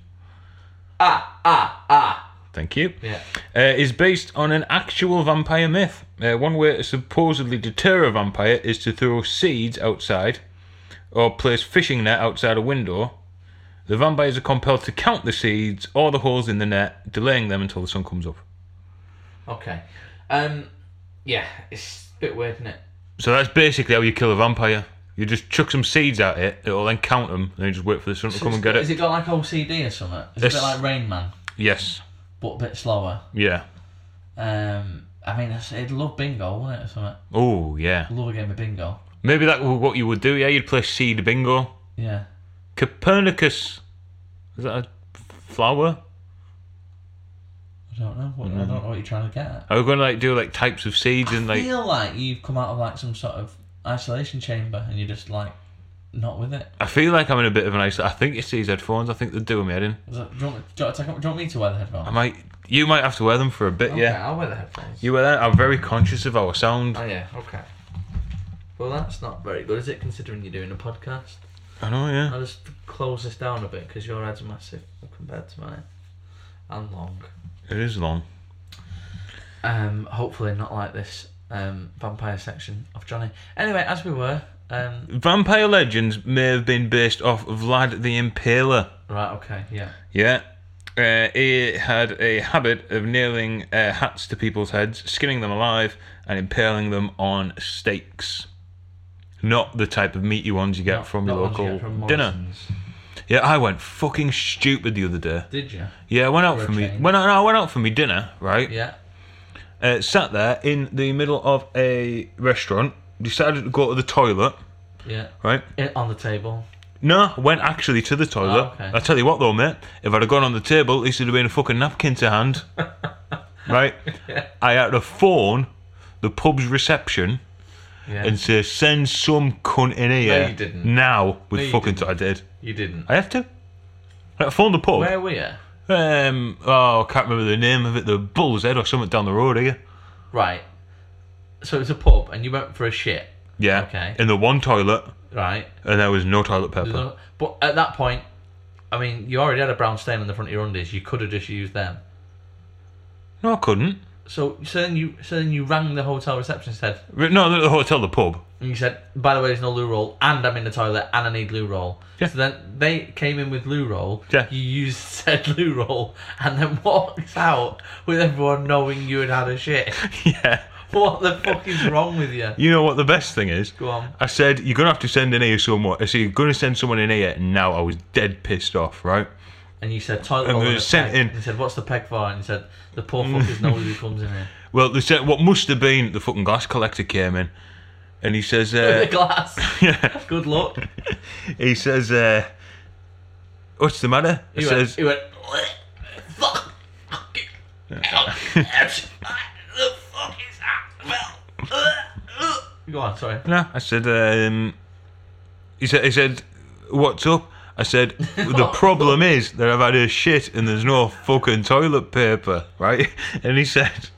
Speaker 1: Ah, ah, ah.
Speaker 2: Thank you.
Speaker 1: Yeah.
Speaker 2: Uh, is based on an actual vampire myth. Uh, one way to supposedly deter a vampire is to throw seeds outside or place fishing net outside a window. The vampires are compelled to count the seeds or the holes in the net, delaying them until the sun comes up.
Speaker 1: Okay. Um, yeah, it's a bit weird, isn't it?
Speaker 2: So that's basically how you kill a vampire. You just chuck some seeds at it, it'll then count them, and you just wait for the sun to come and get
Speaker 1: Has
Speaker 2: it.
Speaker 1: it got like OCD or something? It's a bit
Speaker 2: It's-
Speaker 1: like Rain Man,
Speaker 2: Yes.
Speaker 1: but a bit slower.
Speaker 2: Yeah.
Speaker 1: Um, I mean, it's- it'd love bingo, wouldn't it, or something?
Speaker 2: Oh, yeah.
Speaker 1: Love a game of bingo.
Speaker 2: Maybe that was what you would do, yeah? You'd play seed bingo.
Speaker 1: Yeah.
Speaker 2: Copernicus. Is that a flower?
Speaker 1: I don't know. What, I don't know what you're trying to get at.
Speaker 2: Are we going to like do like types of seeds
Speaker 1: I
Speaker 2: and Mm-hmm. like.
Speaker 1: feel like you've come out of like some sort of isolation chamber and you're just like not with it.
Speaker 2: I feel like I'm in a bit of an ice. I think it's these headphones. I think they're doing me head in.
Speaker 1: Is that, do, you want, me- do, you want to take- do you want me to wear the headphones?
Speaker 2: I might. You might have to wear them for a bit,
Speaker 1: okay,
Speaker 2: yeah.
Speaker 1: I'll wear the headphones.
Speaker 2: You were there. I'm very conscious of our sound.
Speaker 1: Oh yeah, okay. Well, that's not very good, is it? Considering you're doing a podcast,
Speaker 2: I know, yeah.
Speaker 1: I'll just close this down a bit because your head's massive compared to mine and long.
Speaker 2: It is long.
Speaker 1: Um, hopefully not like this um vampire section of Johnny. Anyway, as we were, um,
Speaker 2: Vampire legends may have been based off of Vlad the Impaler.
Speaker 1: right, okay, yeah.
Speaker 2: Yeah. Uh, he had a habit of nailing uh, hats to people's heads, skinning them alive, and impaling them on stakes. Not the type of meaty ones you get from your
Speaker 1: Not ones you
Speaker 2: local
Speaker 1: get from
Speaker 2: dinner.
Speaker 1: Morrison's.
Speaker 2: Yeah, I went fucking stupid the other day.
Speaker 1: Did you?
Speaker 2: Yeah, I went out
Speaker 1: For a
Speaker 2: for me.
Speaker 1: change.
Speaker 2: When I, no, I went out for me dinner, right?
Speaker 1: Yeah.
Speaker 2: Uh, sat there in the middle of a restaurant. Decided to go to the toilet,
Speaker 1: Yeah.
Speaker 2: right?
Speaker 1: It, on the table.
Speaker 2: No, went actually to the toilet.
Speaker 1: Oh, okay.
Speaker 2: I tell you what though, mate, if I'd have gone on the table, at least there'd have been a fucking napkin to hand. right? I had to phone the pub's reception
Speaker 1: Yeah.
Speaker 2: and say, send some cunt in here.
Speaker 1: you didn't.
Speaker 2: Now, with
Speaker 1: you
Speaker 2: fucking. I did.
Speaker 1: You didn't.
Speaker 2: I have to. I phoned the pub.
Speaker 1: Where were you?
Speaker 2: Um, oh, I can't remember the name of it. The Bull's Head or something down the road eh? here.
Speaker 1: Right. So it was a pub, and you went for a shit,
Speaker 2: Yeah.
Speaker 1: Okay.
Speaker 2: In the one toilet,
Speaker 1: right?
Speaker 2: and there was no toilet paper.
Speaker 1: No- But at that point, I mean, you already had a brown stain on the front of your undies. You could have just used them.
Speaker 2: No, I couldn't.
Speaker 1: So, so then you, so then you rang the hotel reception and said,
Speaker 2: But No, not the hotel, the pub.
Speaker 1: and you said, by the way, there's no loo roll, and I'm in the toilet, and I need loo roll.
Speaker 2: Yeah.
Speaker 1: So then they came in with loo roll.
Speaker 2: Yeah.
Speaker 1: You used said loo roll, and then walked out with everyone knowing you had had a shit.
Speaker 2: yeah.
Speaker 1: what the fuck is wrong with you?
Speaker 2: You know what the best thing is?
Speaker 1: Go on.
Speaker 2: I said, you're going to have to send in here someone. I said, you're going to send someone in here. And now I was dead pissed off, right?
Speaker 1: And you said toilet
Speaker 2: And
Speaker 1: roll.
Speaker 2: we
Speaker 1: and a
Speaker 2: sent
Speaker 1: peg.
Speaker 2: in-
Speaker 1: And he said, what's the peg for? And he said, the poor fuckers know who comes in here.
Speaker 2: Well, they said, what must have been the fucking glass collector came in. And he says, uh,
Speaker 1: the glass.
Speaker 2: Yeah.
Speaker 1: Good luck.
Speaker 2: he says, uh, what's the matter? He,
Speaker 1: He went,
Speaker 2: says,
Speaker 1: he went, fuck. fuck it. the fuck is that? Well, uh, uh." go on, sorry.
Speaker 2: No, I said. Um, he said. He said, "What's up?" I said, "The problem is that I've had a shit and there's no fucking toilet paper, right?" And he said,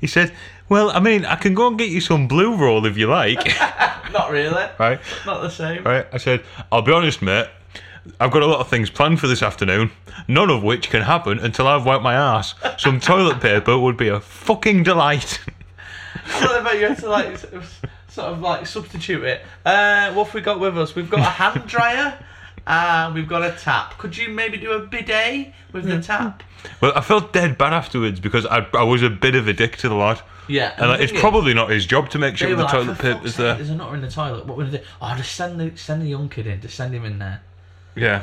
Speaker 2: "He said, well, I mean, I can go and get you some blue roll if you like,
Speaker 1: Not really.
Speaker 2: right?"
Speaker 1: Not the same.
Speaker 2: Right? I said, "I'll be honest, mate." I've got a lot of things planned for this afternoon, none of which can happen until I've wiped my ass. Some toilet paper would be a fucking delight.
Speaker 1: I love how you had to like s- s- sort of like substitute it. Uh, what have we got with us? We've got a hand dryer. and we've got a tap. Could you maybe do a bidet with the tap?
Speaker 2: Well, I felt dead bad afterwards because I, I was a bit of a dick to the lad.
Speaker 1: Yeah,
Speaker 2: And like,
Speaker 1: the
Speaker 2: it's
Speaker 1: thing is-
Speaker 2: probably not his job to make sure
Speaker 1: They
Speaker 2: the
Speaker 1: were like,
Speaker 2: toilet
Speaker 1: "For
Speaker 2: paper's
Speaker 1: fuck's sake,
Speaker 2: there.
Speaker 1: There's a nutter in the toilet. What we're gonna do? Oh, just send the send the young kid in. Just send him in there.
Speaker 2: Yeah.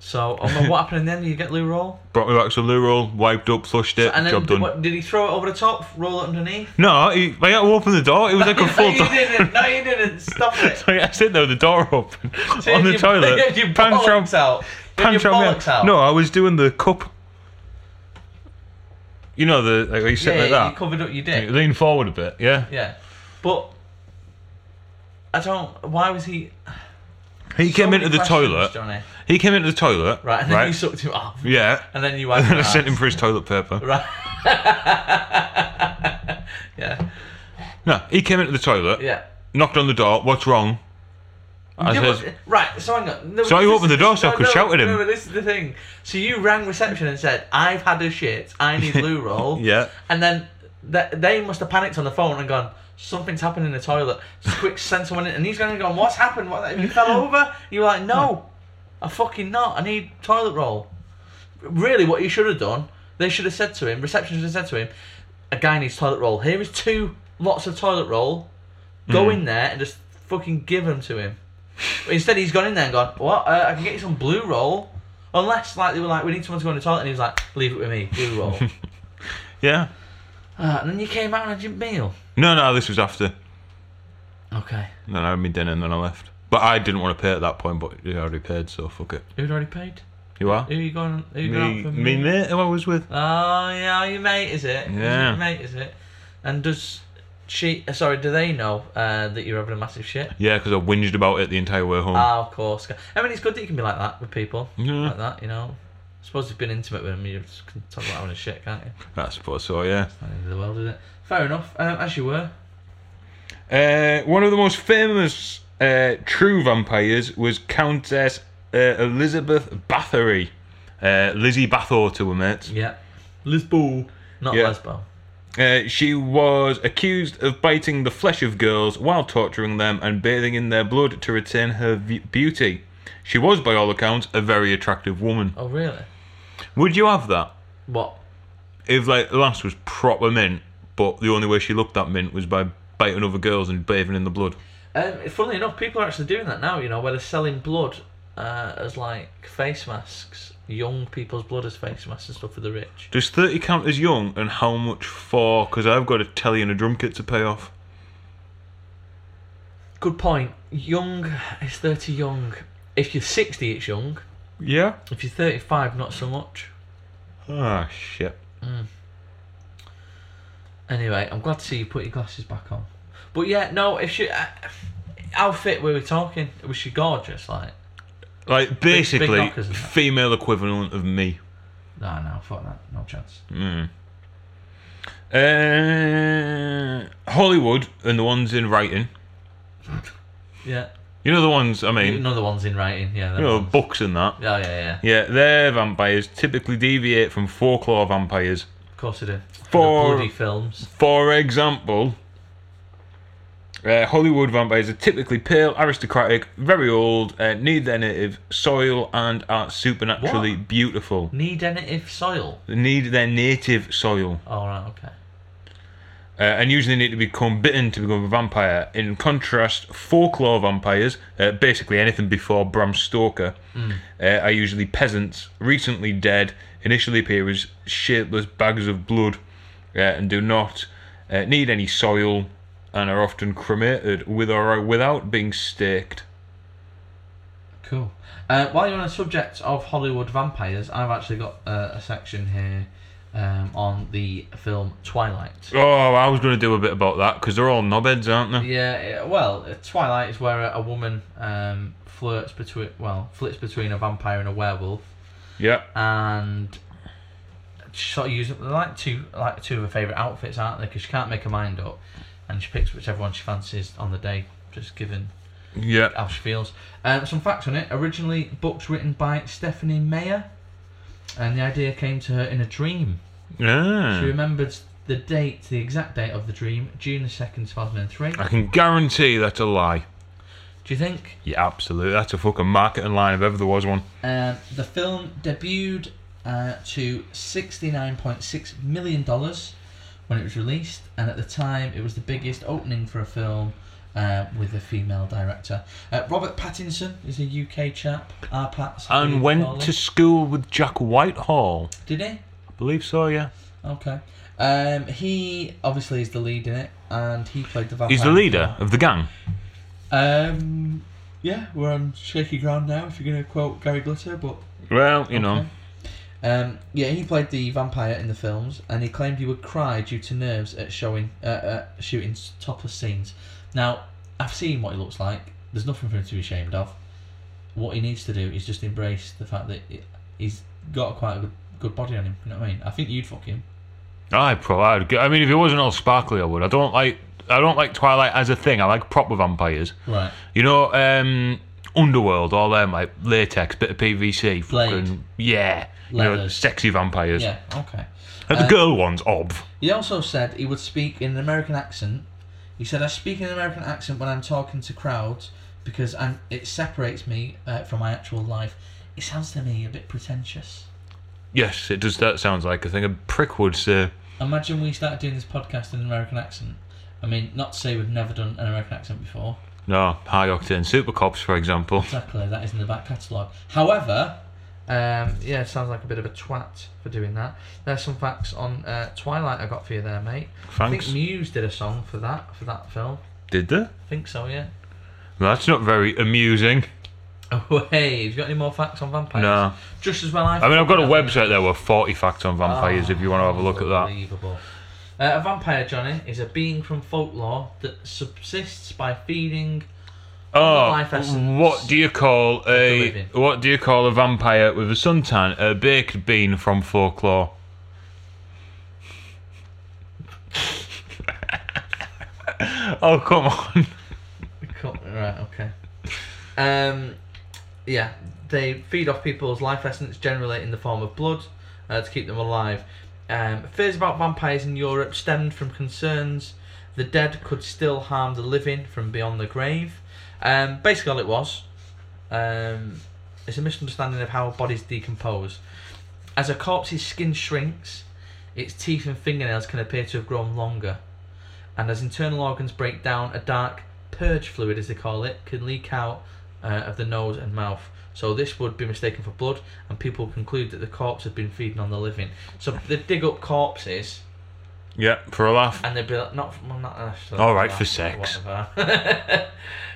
Speaker 1: So, oh, man, what happened then? Did you get Lou roll?
Speaker 2: Brought me back some loo roll, wiped up, flushed it,
Speaker 1: And then
Speaker 2: job
Speaker 1: did,
Speaker 2: done.
Speaker 1: What, did he throw it over the top? Roll it underneath?
Speaker 2: No, he, like, I opened the door. It was like a
Speaker 1: no,
Speaker 2: full
Speaker 1: you
Speaker 2: door.
Speaker 1: didn't. No, you didn't. Stop it.
Speaker 2: Like, I sit there, with the door open
Speaker 1: Dude,
Speaker 2: on the
Speaker 1: you-
Speaker 2: toilet.
Speaker 1: You
Speaker 2: Pants
Speaker 1: bollocks
Speaker 2: down-
Speaker 1: out. Did you
Speaker 2: pants down
Speaker 1: bollocks
Speaker 2: there.
Speaker 1: out.
Speaker 2: No, I was doing the cup. You know the like where you sit
Speaker 1: yeah,
Speaker 2: like
Speaker 1: you
Speaker 2: that.
Speaker 1: covered up your dick.
Speaker 2: You lean forward a bit, yeah.
Speaker 1: Yeah, but I don't. Why was he?
Speaker 2: He
Speaker 1: So
Speaker 2: came
Speaker 1: many
Speaker 2: into the
Speaker 1: questions,
Speaker 2: toilet.
Speaker 1: Johnny.
Speaker 2: He came into the toilet.
Speaker 1: Right, and then you
Speaker 2: Right.
Speaker 1: sucked him off.
Speaker 2: yeah.
Speaker 1: And then you
Speaker 2: And
Speaker 1: wiped
Speaker 2: then I
Speaker 1: your
Speaker 2: sent him
Speaker 1: ass.
Speaker 2: for his toilet paper.
Speaker 1: Right. yeah.
Speaker 2: No, he came into the toilet,
Speaker 1: Yeah.
Speaker 2: knocked on the door, what's wrong? I
Speaker 1: Yeah,
Speaker 2: says,
Speaker 1: but- right, so hang on. No,
Speaker 2: So you
Speaker 1: this
Speaker 2: opened
Speaker 1: is-
Speaker 2: the door so I
Speaker 1: no,
Speaker 2: could
Speaker 1: no,
Speaker 2: shout at him.
Speaker 1: No, but this is the thing. So you rang reception and said, "I've had a shit. I need loo roll."
Speaker 2: Yeah.
Speaker 1: And then th- they must have panicked on the phone and gone, "Something's happened in the toilet." Just quick, send someone in. And he's going and gone, "What's happened? What? Have you fell over?" You were like, "No, I fucking not. I need toilet roll." Really, what you should have done? They should have said to him. Reception should have said to him, "A guy needs toilet roll. Here is two lots of toilet roll.
Speaker 2: Hmm.
Speaker 1: Go in there and just fucking give them to him." Instead, he's gone in there and gone, What? Uh, I can get you some blue roll. Unless, like, they were like, We need someone to go on the toilet. And he was like, Leave it with me, blue roll.
Speaker 2: Yeah.
Speaker 1: uh, and then you came out and had your meal.
Speaker 2: No, no, this was after.
Speaker 1: Okay.
Speaker 2: Then I had my dinner and then I left. But I didn't want to pay at that point, but he already paid, so fuck it.
Speaker 1: Who'd already paid?
Speaker 2: You are?
Speaker 1: Who you going, who you
Speaker 2: Me,
Speaker 1: going out for?
Speaker 2: me
Speaker 1: meal?
Speaker 2: mate who I was with.
Speaker 1: Oh, yeah, your mate, is it? Is it
Speaker 2: Yeah.
Speaker 1: Your mate, is it? And does she, uh, sorry, do they know uh, that you're having a massive shit?
Speaker 2: Yeah, because I whinged about it the entire way home.
Speaker 1: Ah, of course. I mean, it's good that you can be like that with people.
Speaker 2: Yeah.
Speaker 1: Like that, you know? I suppose you've been intimate with them, you just can talk about having a shit, can't you?
Speaker 2: I suppose so, yeah.
Speaker 1: Not the end of the world, is it? Fair enough, um, as you were.
Speaker 2: Uh, one of the most famous uh, true vampires was Countess uh, Elizabeth Bathory. Uh, Lizzie Bathor to her mates.
Speaker 1: Yeah. Lisbo. Not
Speaker 2: Yeah.
Speaker 1: Lesbo.
Speaker 2: Uh, she was accused of biting the flesh of girls while torturing them and bathing in their blood to retain her v- beauty. She was, by all accounts, a very attractive woman.
Speaker 1: Oh, really?
Speaker 2: Would you have that
Speaker 1: What?
Speaker 2: if, like, the lass was proper mint, but the only way she looked that mint was by biting other girls and bathing in the blood?
Speaker 1: Um, funnily enough, people are actually doing that now, you know, where they're selling blood uh, as like face masks, young people's blood as face masks and stuff for the rich.
Speaker 2: Does thirty count as young, and how much for? Because I've got a telly and a drum kit to pay off.
Speaker 1: Good point. Young is 30 young. If you're 60, it's young.
Speaker 2: Yeah.
Speaker 1: If you're 35, not so much.
Speaker 2: Ah shit.
Speaker 1: Anyway, I'm glad to see you put your glasses back on. But yeah, no. If she, uh, outfit we were talking, was she gorgeous? Like,
Speaker 2: Like basically,
Speaker 1: knockers and that.
Speaker 2: female equivalent of me.
Speaker 1: nah, no, fuck that, no chance.
Speaker 2: Uh, Hollywood and the ones in writing.
Speaker 1: Yeah,
Speaker 2: You know the ones. I mean,
Speaker 1: another one's in writing. Yeah, that
Speaker 2: you know
Speaker 1: one.
Speaker 2: books and that.
Speaker 1: Oh, yeah, yeah, yeah.
Speaker 2: Yeah, their vampires typically deviate from folklore vampires.
Speaker 1: Of course they do.
Speaker 2: For-
Speaker 1: The bloody films.
Speaker 2: For example, uh, Hollywood vampires are typically pale, aristocratic, very old, uh, need their native soil, and are supernaturally
Speaker 1: What?
Speaker 2: beautiful.
Speaker 1: Need native soil.
Speaker 2: They need their native soil,
Speaker 1: All right, okay.
Speaker 2: uh, and usually need to become bitten to become a vampire. In contrast, folklore vampires, uh, basically anything before Bram Stoker, uh, are usually peasants, recently dead, initially appear as shapeless bags of blood, uh, and do not uh, need any soil, and are often cremated with or without being staked.
Speaker 1: Cool. Uh, while you're on the subject of Hollywood vampires, I've actually got uh, a section here um, on the film Twilight.
Speaker 2: Oh, I was going to do a bit about that because they're all knobheads, aren't they?
Speaker 1: Yeah, it- well, uh, Twilight is where a, a woman um, flirts between, well, flits between a vampire and a werewolf,
Speaker 2: Yeah.
Speaker 1: and she sort of uses they're like two, like two of her favorite outfits, aren't they? Because she can't make her mind up, and she picks whichever one she fancies on the day, just given
Speaker 2: Yeah.
Speaker 1: how she feels. Um, some facts on it. Originally, books written by Stephanie Meyer, and the idea came to her in a dream.
Speaker 2: Ah.
Speaker 1: She remembered the date, the exact date of the dream, June the second, two thousand and three.
Speaker 2: I can guarantee that's a lie.
Speaker 1: Do you think?
Speaker 2: Yeah, absolutely. That's a fucking marketing line if ever there was one.
Speaker 1: Um, the film debuted uh, to $69.6 million when it was released, and at the time it was the biggest opening for a film uh, with a female director. Uh, Robert Pattinson is a UK chap, our Pats. I
Speaker 2: And
Speaker 1: believe they
Speaker 2: went
Speaker 1: call
Speaker 2: to
Speaker 1: him.
Speaker 2: school with Jack Whitehall.
Speaker 1: Did he?
Speaker 2: I believe so, yeah.
Speaker 1: Okay. Um, he obviously is the lead in it, and he played the vampire.
Speaker 2: He's the leader of the gang.
Speaker 1: Um, yeah, we're on shaky ground now if you're going to quote Gary Glitter, but
Speaker 2: Well, you know.
Speaker 1: Um, yeah, he played the vampire in the films, and he claimed he would cry due to nerves at showing uh, uh, shooting s- topless scenes. Now, I've seen what he looks like. There's nothing for him to be ashamed of. What he needs to do is just embrace the fact that he- he's got quite a good, good body on him. You know what I mean? I think you'd fuck him.
Speaker 2: I provide. I mean, if it wasn't all sparkly, I would. I don't like. I don't like Twilight as a thing. I like proper vampires.
Speaker 1: Right.
Speaker 2: You know, um, Underworld, all them like latex, bit of PVC,
Speaker 1: Blade.
Speaker 2: fucking yeah. You know,
Speaker 1: Leathers.
Speaker 2: sexy vampires.
Speaker 1: Yeah. Okay.
Speaker 2: And the girl ones, ob.
Speaker 1: He also said he would speak in an American accent. He said, "I speak in an American accent when I'm talking to crowds because I'm, it separates me uh, from my actual life." It sounds to me a bit pretentious.
Speaker 2: Yes, it does. That sounds like a thing uh, a prick would say.
Speaker 1: Imagine we started doing this podcast in an American accent. I mean, not to say we've never done an American accent before.
Speaker 2: No, high octane super cops, for example.
Speaker 1: Exactly, that is in the back catalogue. However, um, yeah, it sounds like a bit of a twat for doing that. There's some facts on uh, Twilight I got for you there, mate. I
Speaker 2: Thanks.
Speaker 1: think Muse did a song for that for that film.
Speaker 2: Did they?
Speaker 1: I think so, yeah.
Speaker 2: That's not very amusing.
Speaker 1: Oh, hey, have you got any more facts on vampires?
Speaker 2: No.
Speaker 1: Just as well I.
Speaker 2: I mean, I've got a website there with 40 facts on vampires if you want to have a look at that.
Speaker 1: Unbelievable. Uh, a vampire, Johnny, is a being from folklore that subsists by feeding. life
Speaker 2: Oh,
Speaker 1: essence
Speaker 2: what do you call a
Speaker 1: living.
Speaker 2: what do you call a vampire with a suntan? A baked bean from folklore. oh come on!
Speaker 1: Cool. Right. Okay. Um, yeah, they feed off people's life essence generally in the form of blood uh, to keep them alive. Um, fears about vampires in Europe stemmed from concerns the dead could still harm the living from beyond the grave. Um, basically, all it was. Um, it's a misunderstanding of how bodies decompose. As a corpse's skin shrinks, its teeth and fingernails can appear to have grown longer and as internal organs break down, a dark purge fluid, as they call it, can leak out uh, of the nose and mouth. So this would be mistaken for blood, and people conclude that the corpse had been feeding on the living. So they dig up corpses,
Speaker 2: Yeah, for a laugh.
Speaker 1: and they'd be like, "Not, well, not actually."
Speaker 2: All right, for
Speaker 1: but
Speaker 2: sex.
Speaker 1: whatever.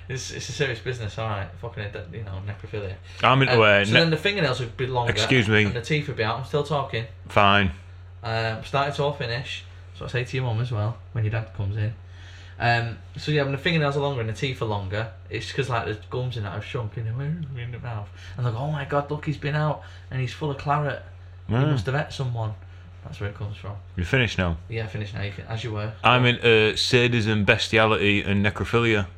Speaker 1: it's, it's a serious business, all right. Fucking, you know, necrophilia.
Speaker 2: I'm into
Speaker 1: Uh,
Speaker 2: a
Speaker 1: so
Speaker 2: ne-
Speaker 1: then the fingernails would be longer.
Speaker 2: Excuse me.
Speaker 1: And the teeth would be out. I'm still talking.
Speaker 2: fine.
Speaker 1: Um, started to all finish. So I say to your mum as well when your dad comes in. Um, so yeah, when the fingernails are longer and the teeth are longer, it's because like the gums in that have shrunk in the, in the mouth. And they're like, oh my god, look, he's been out and he's full of claret. He must have ate someone. That's where it comes from.
Speaker 2: You're finished now.
Speaker 1: Yeah, finish now, you can, as you were.
Speaker 2: I'm in uh, sadism, bestiality, and necrophilia.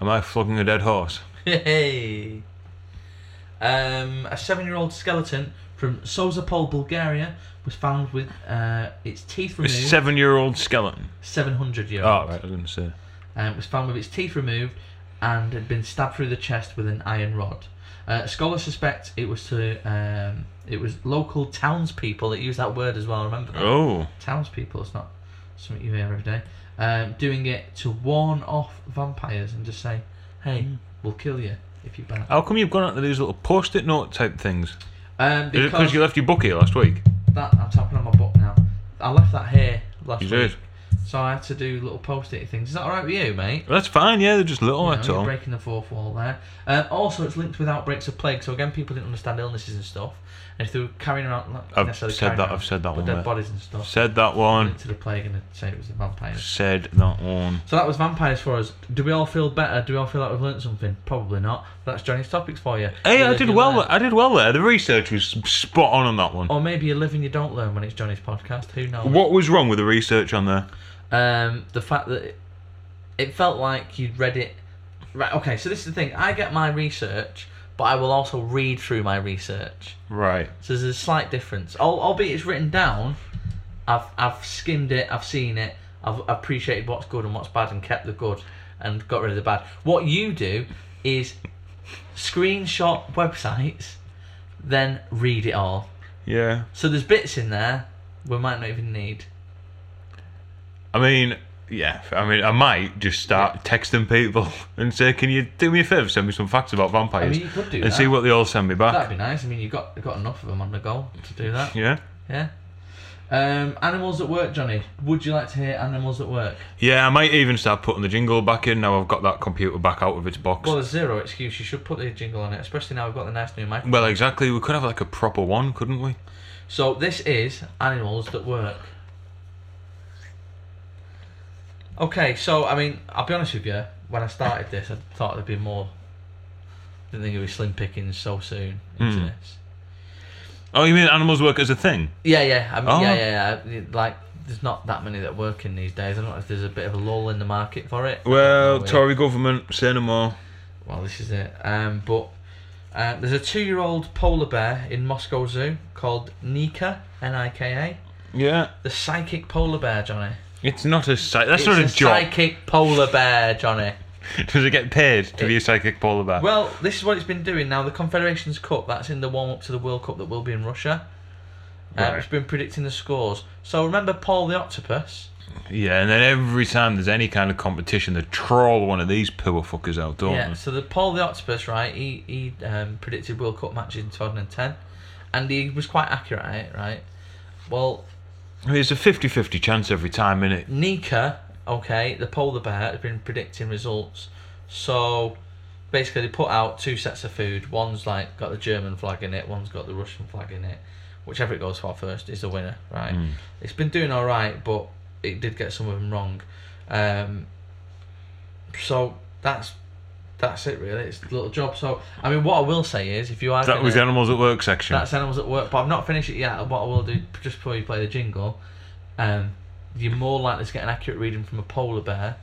Speaker 2: Am I flogging a dead horse?
Speaker 1: Hey. Um, a seven-year-old skeleton from Sozopol, Bulgaria, was found with uh, its teeth
Speaker 2: A
Speaker 1: removed.
Speaker 2: seven-year-old skeleton.
Speaker 1: 700 year
Speaker 2: Oh,
Speaker 1: old.
Speaker 2: right, I was going to say.
Speaker 1: um, was found with its teeth removed and had been stabbed through the chest with an iron rod. Uh, scholars suspect it was to um, it was local townspeople that use that word as well. Remember that
Speaker 2: Oh,
Speaker 1: townspeople. It's not something you hear every day. Um, doing it to warn off vampires and just say, "Hey, we'll kill you if you bite."
Speaker 2: how come you've gone out to these little post-it note type things?
Speaker 1: Um,
Speaker 2: Is it because you left your book here last week?
Speaker 1: that I'm tapping on my book now. I left that here last
Speaker 2: You
Speaker 1: week,
Speaker 2: did.
Speaker 1: so I had to do little post-it things. Is that all right with you, mate?
Speaker 2: Well, that's fine. Yeah, they're just little.
Speaker 1: You know,
Speaker 2: that's
Speaker 1: you're
Speaker 2: all.
Speaker 1: breaking the fourth wall there. Um, also, it's linked with outbreaks of plague. So again, people didn't understand illnesses and stuff, and if they were carrying around, not
Speaker 2: I've
Speaker 1: necessarily
Speaker 2: said
Speaker 1: carrying
Speaker 2: that-
Speaker 1: around,
Speaker 2: I've said that
Speaker 1: but
Speaker 2: one,
Speaker 1: dead
Speaker 2: mate.
Speaker 1: bodies and stuff
Speaker 2: Said that one.
Speaker 1: linked to the plague, and they'd say it was the vampires.
Speaker 2: Said that one.
Speaker 1: So that was vampires for us. Do we all feel better? Do we all feel like we've learnt something? Probably not. That's Johnny's topics for you.
Speaker 2: Hey,
Speaker 1: You
Speaker 2: I
Speaker 1: live,
Speaker 2: did
Speaker 1: you
Speaker 2: well.
Speaker 1: learn.
Speaker 2: I did well there. The research was spot on on that one.
Speaker 1: Or maybe you live and you don't learn when it's Johnny's podcast. Who knows?
Speaker 2: What was wrong with the research on there?
Speaker 1: um, the fact that it, it felt like you'd read it. Right. Okay. So this is the thing. I get my research, but I will also read through my research.
Speaker 2: Right.
Speaker 1: So there's a slight difference. Al- Albeit it's written down, I've I've skimmed it. I've seen it. I've appreciated what's good and what's bad and kept the good and got rid of the bad. What you do is screenshot websites, then read it all.
Speaker 2: Yeah.
Speaker 1: So there's bits in there we might not even need.
Speaker 2: I mean, yeah. I mean, I might just start texting people and say, "Can you do me a favour? Send me some facts about vampires."
Speaker 1: I mean, you could do
Speaker 2: and
Speaker 1: that.
Speaker 2: see what they all send me back.
Speaker 1: That'd be nice. I mean, you've got got enough of them on the go to do that.
Speaker 2: Yeah.
Speaker 1: Yeah. Um, animals at work, Johnny. Would you like to hear animals at work?
Speaker 2: Yeah. I might even start putting the jingle back in now. I've got that computer back out of its box.
Speaker 1: Well,
Speaker 2: Well,
Speaker 1: there's zero excuse. You should put the jingle on it, especially now we've got the nice new mic.
Speaker 2: exactly. We could have like a proper one, couldn't we?
Speaker 1: So this is animals that work. Okay, so I mean, I'll be honest with you. When I started this, I thought there'd be more. Didn't think it'd be slim pickings so soon into
Speaker 2: Hmm.
Speaker 1: this.
Speaker 2: Oh, you mean animals work as a thing?
Speaker 1: Yeah, yeah, I mean,
Speaker 2: Oh.
Speaker 1: yeah, yeah, yeah. Like, there's not that many that work in these days. I don't know if there's a bit of a lull in the market for it. I don't
Speaker 2: Well,
Speaker 1: know, Oh, yeah.
Speaker 2: Tory government, say no more.
Speaker 1: Well, this is it. Um, but uh, there's a two-year-old polar bear in Moscow Zoo called Nika, N-I-K-A.
Speaker 2: Yeah.
Speaker 1: The psychic polar bear, Johnny.
Speaker 2: It's not a psych. That's
Speaker 1: It's
Speaker 2: not a,
Speaker 1: a
Speaker 2: job.
Speaker 1: psychic polar bear, Johnny.
Speaker 2: Does it get paid to be a psychic polar bear?
Speaker 1: Well, this is what it's been doing now. The Confederations Cup, that's in the warm-up to the World Cup that will be in Russia. Um,
Speaker 2: Right.
Speaker 1: It's been predicting the scores. So remember Paul the Octopus?
Speaker 2: yeah, and then every time there's any kind of competition, they troll one of these poor fuckers out, don't
Speaker 1: Yeah, so the Paul the Octopus, right? He he um, predicted World Cup matches in 2010, and he was quite accurate at it, right? Well,
Speaker 2: they? I mean, It's a 50 50 chance every time, innit?
Speaker 1: Nika, okay, the polar bear has been predicting results. So basically, they put out two sets of food. One's like got the German flag in it. One's got the Russian flag in it. Whichever it goes for first is the winner, right?
Speaker 2: Hmm.
Speaker 1: It's been doing all right, but it did get some of them wrong. Um, so that's that's it really. It's a little job. So I mean, what I will say is, if you are
Speaker 2: That was the
Speaker 1: gonna-
Speaker 2: animals at work section.
Speaker 1: that's animals at work, but I've not finished it yet. What I will do just before you play the jingle, um, you're more likely to get an accurate reading from a polar bear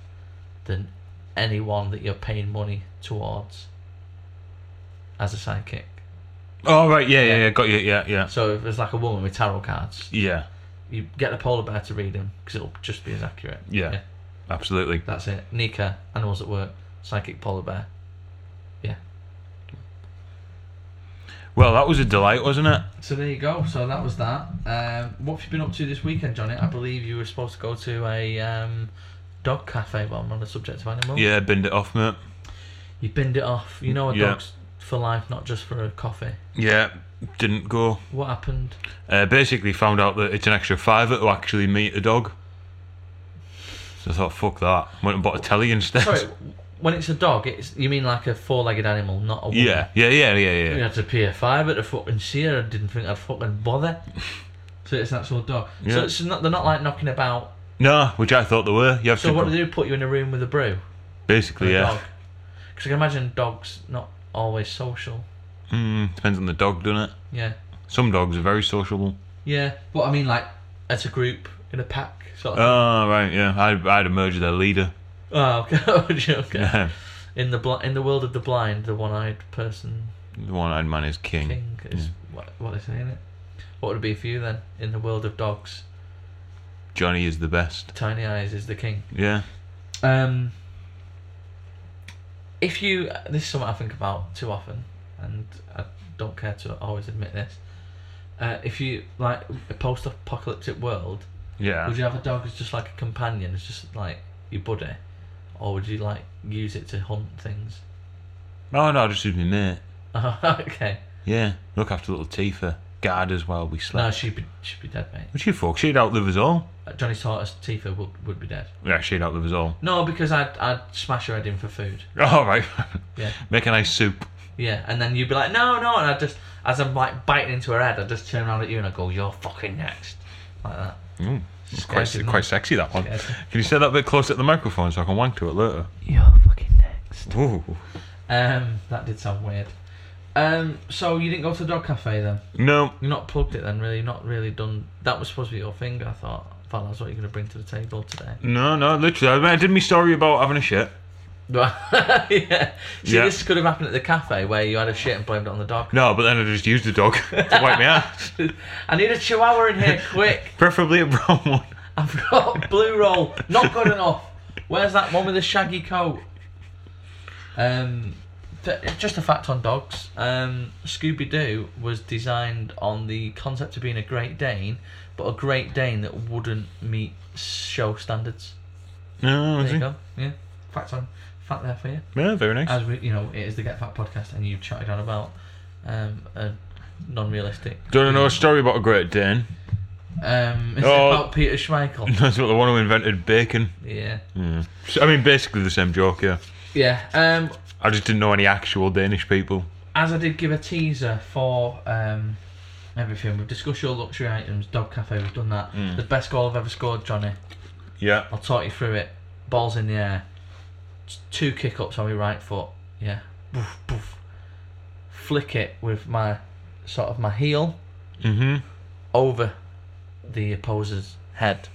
Speaker 1: than anyone that you're paying money towards as a sidekick.
Speaker 2: oh, right, yeah, yeah, yeah, got you, yeah, yeah.
Speaker 1: So if there's like a woman with tarot cards,
Speaker 2: Yeah,
Speaker 1: you get the polar bear to read them because it'll just be as accurate.
Speaker 2: yeah, absolutely.
Speaker 1: that's it. Nika, animals at work, psychic polar bear. Yeah.
Speaker 2: Well, that was a delight, wasn't it?
Speaker 1: So there you go. So that was that. Um, what have you been up to this weekend, Johnny? I believe you were supposed to go to a um, dog cafe, but I'm on the subject of animals.
Speaker 2: Yeah, binned it off, mate.
Speaker 1: You binned it off. You know a
Speaker 2: Yeah.
Speaker 1: dog's for life, not just for a coffee.
Speaker 2: Yeah, didn't go.
Speaker 1: What happened?
Speaker 2: Uh, basically, found out that it's an extra fiver to actually meet a dog. So I thought, fuck that. Went and bought a telly instead.
Speaker 1: Sorry, when it's a dog, it's you mean like a four-legged animal, not a woman.
Speaker 2: Yeah, yeah, yeah, yeah, yeah.
Speaker 1: You had to pay a five at the fucking Sierra. I didn't think I'd fucking bother. so it's an actual dog.
Speaker 2: Yeah.
Speaker 1: So it's not, they're not like knocking about
Speaker 2: No, which I thought they were. You have
Speaker 1: So
Speaker 2: to
Speaker 1: what
Speaker 2: go-
Speaker 1: do they do? Put you in a room with a brew?
Speaker 2: basically,
Speaker 1: With a
Speaker 2: yeah.
Speaker 1: dog? Because I can imagine dogs not always social.
Speaker 2: Mm, depends on the dog, doesn't it?
Speaker 1: Yeah.
Speaker 2: Some dogs are very sociable.
Speaker 1: Yeah. But I mean, like, as a group, in a pack, sort of.
Speaker 2: Oh right, yeah. I I'd emerge their leader.
Speaker 1: oh, okay. okay. okay.
Speaker 2: Yeah.
Speaker 1: In the bl- in the world of the blind, the one-eyed person
Speaker 2: The one-eyed man is king.
Speaker 1: thing is what, what they say, is it? What would it be for you then? In the world of dogs,
Speaker 2: Johnny is the best.
Speaker 1: tiny eyes is the king.
Speaker 2: Yeah.
Speaker 1: Um, if you, this is something I think about too often, and I don't care to always admit this. Uh, if you like a post-apocalyptic world,
Speaker 2: Yeah.
Speaker 1: would you have a dog as just like a companion, as just like your buddy, or would you like use it to hunt things?
Speaker 2: Oh no, just use me mate.
Speaker 1: okay.
Speaker 2: Yeah. Look after little Tifa. Guard us while we slept.
Speaker 1: No, she'd be she'd be dead, mate.
Speaker 2: Would she fuck? She'd outlive us all.
Speaker 1: Uh, Johnny Tortoise Tifa would would be dead.
Speaker 2: Yeah, she'd outlive us all.
Speaker 1: No, because I'd I'd smash her head in for food.
Speaker 2: All right.
Speaker 1: Yeah.
Speaker 2: Make a nice soup.
Speaker 1: Yeah, and then you'd be like, no, no, and I just, as I'm like biting into her head, I just turn around at you and I go, you're fucking next, like that.
Speaker 2: It's quite,
Speaker 1: didn't
Speaker 2: quite
Speaker 1: it?
Speaker 2: sexy that one.
Speaker 1: Yeah.
Speaker 2: Can you say that a bit closer to the microphone so I can wank to it later?
Speaker 1: You're fucking next.
Speaker 2: Ooh.
Speaker 1: Um, that did sound weird. Um, so you didn't go to the dog cafe then?
Speaker 2: No,
Speaker 1: You're not plugged it then, really. You're not really done. That was supposed to be your thing. I thought. I thought that's what you're gonna bring to the table today.
Speaker 2: no, no. Literally, I, I did my story about having a shit.
Speaker 1: yeah. See,
Speaker 2: Yeah.
Speaker 1: this could have happened at the cafe where you had a shit and blamed it on the dog.
Speaker 2: No, but then I just used the dog to wipe my ass.
Speaker 1: I need a chihuahua in here, quick.
Speaker 2: Preferably a brown one.
Speaker 1: I've got a blue roll. Not good enough. Where's that one with the shaggy coat? Um, th- just a fact on dogs. Um, Scooby Doo was designed on the concept of being a Great Dane, but a Great Dane that wouldn't meet show standards.
Speaker 2: No,
Speaker 1: There
Speaker 2: is
Speaker 1: you
Speaker 2: it?
Speaker 1: go. Yeah, fact on fact there for you.
Speaker 2: Yeah, very nice.
Speaker 1: As we, you know, it is the Get Fat podcast, and you've chatted on about um, a non-realistic.
Speaker 2: Don't know a story about a Great Dane.
Speaker 1: Um, it's
Speaker 2: Oh.
Speaker 1: about Peter Schmeichel.
Speaker 2: That's about the one who invented bacon.
Speaker 1: yeah.
Speaker 2: So, I mean, basically the same joke, yeah.
Speaker 1: Yeah. Um,
Speaker 2: I just didn't know any actual Danish people.
Speaker 1: as I did give a teaser for um, everything, we've discussed your luxury items, Dog Cafe, we've done that.
Speaker 2: Mm.
Speaker 1: The best goal I've ever scored, Johnny.
Speaker 2: Yeah.
Speaker 1: I'll talk you through it. Balls in the air. T- Two kick ups on my right foot. Yeah. Boof, boof. Flick it with my sort of my heel
Speaker 2: Mhm.
Speaker 1: over the opposer's head.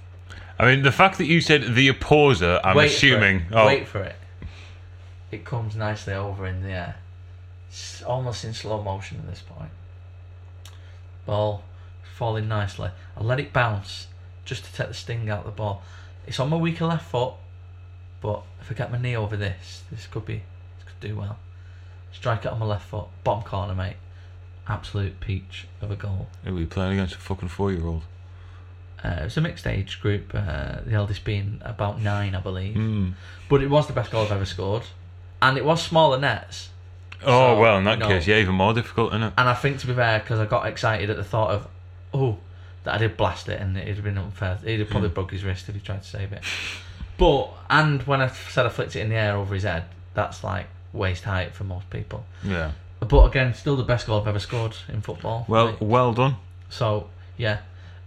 Speaker 2: I mean, the fact that you said the opposer, I'm
Speaker 1: Wait
Speaker 2: assuming. Oh,
Speaker 1: For it. Wait for it. It comes nicely over in the air. It's almost in slow motion at this point. Ball falling nicely. I let it bounce just to take the sting out of the ball. It's on my weaker left foot, but if I get my knee over this, this could be this could do well. Strike it on my left foot, bomb corner, mate. Absolute peach of a goal.
Speaker 2: Who Are we playing against a fucking four-year-old?
Speaker 1: Uh, it was a mixed age group, uh, the eldest being about nine, I believe.
Speaker 2: Hmm.
Speaker 1: But it was the best goal I've ever scored. And it was smaller nets.
Speaker 2: Oh
Speaker 1: So,
Speaker 2: well, in that
Speaker 1: no.
Speaker 2: case, yeah, even more difficult, isn't it?
Speaker 1: And I think, to be fair, because I got excited at the thought of, oh, that I did blast it and it'd have been unfair. He'd have
Speaker 2: Hmm.
Speaker 1: probably broke his wrist if he tried to save it. But, and when I said I flicked it in the air over his head, that's like waist height for most people.
Speaker 2: Yeah.
Speaker 1: But again, still the best goal I've ever scored in football.
Speaker 2: Well,
Speaker 1: Like,
Speaker 2: well done.
Speaker 1: so yeah.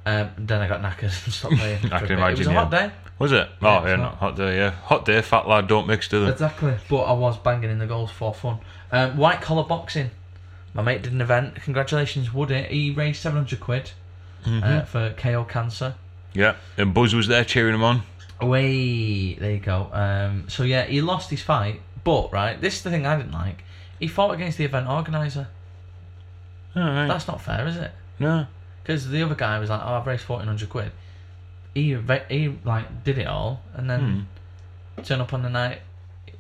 Speaker 1: Um, then I got knackered and stopped playing. for
Speaker 2: I
Speaker 1: a
Speaker 2: can
Speaker 1: bit. It
Speaker 2: imagine,
Speaker 1: was a
Speaker 2: yeah.
Speaker 1: hot day.
Speaker 2: Was it?
Speaker 1: Yeah,
Speaker 2: oh
Speaker 1: it's
Speaker 2: yeah,
Speaker 1: not-
Speaker 2: no, hot day. Yeah, hot day. Fat lad, don't mix to them.
Speaker 1: Exactly. But I was banging in the goals for fun. Um, white collar boxing. My mate did an event. Congratulations, Woody. He raised 700 quid uh, for KO cancer.
Speaker 2: Yeah, and Buzz was there cheering him on.
Speaker 1: Away. There you go. Um, so, yeah, he lost his fight. But, right, this is the thing I didn't like. He fought against the event organiser.
Speaker 2: All right.
Speaker 1: That's not fair, is it?
Speaker 2: no.
Speaker 1: Because the other guy was like, oh, I've raised 1400 quid. He, ve- he like, did it all and then turn up on the night.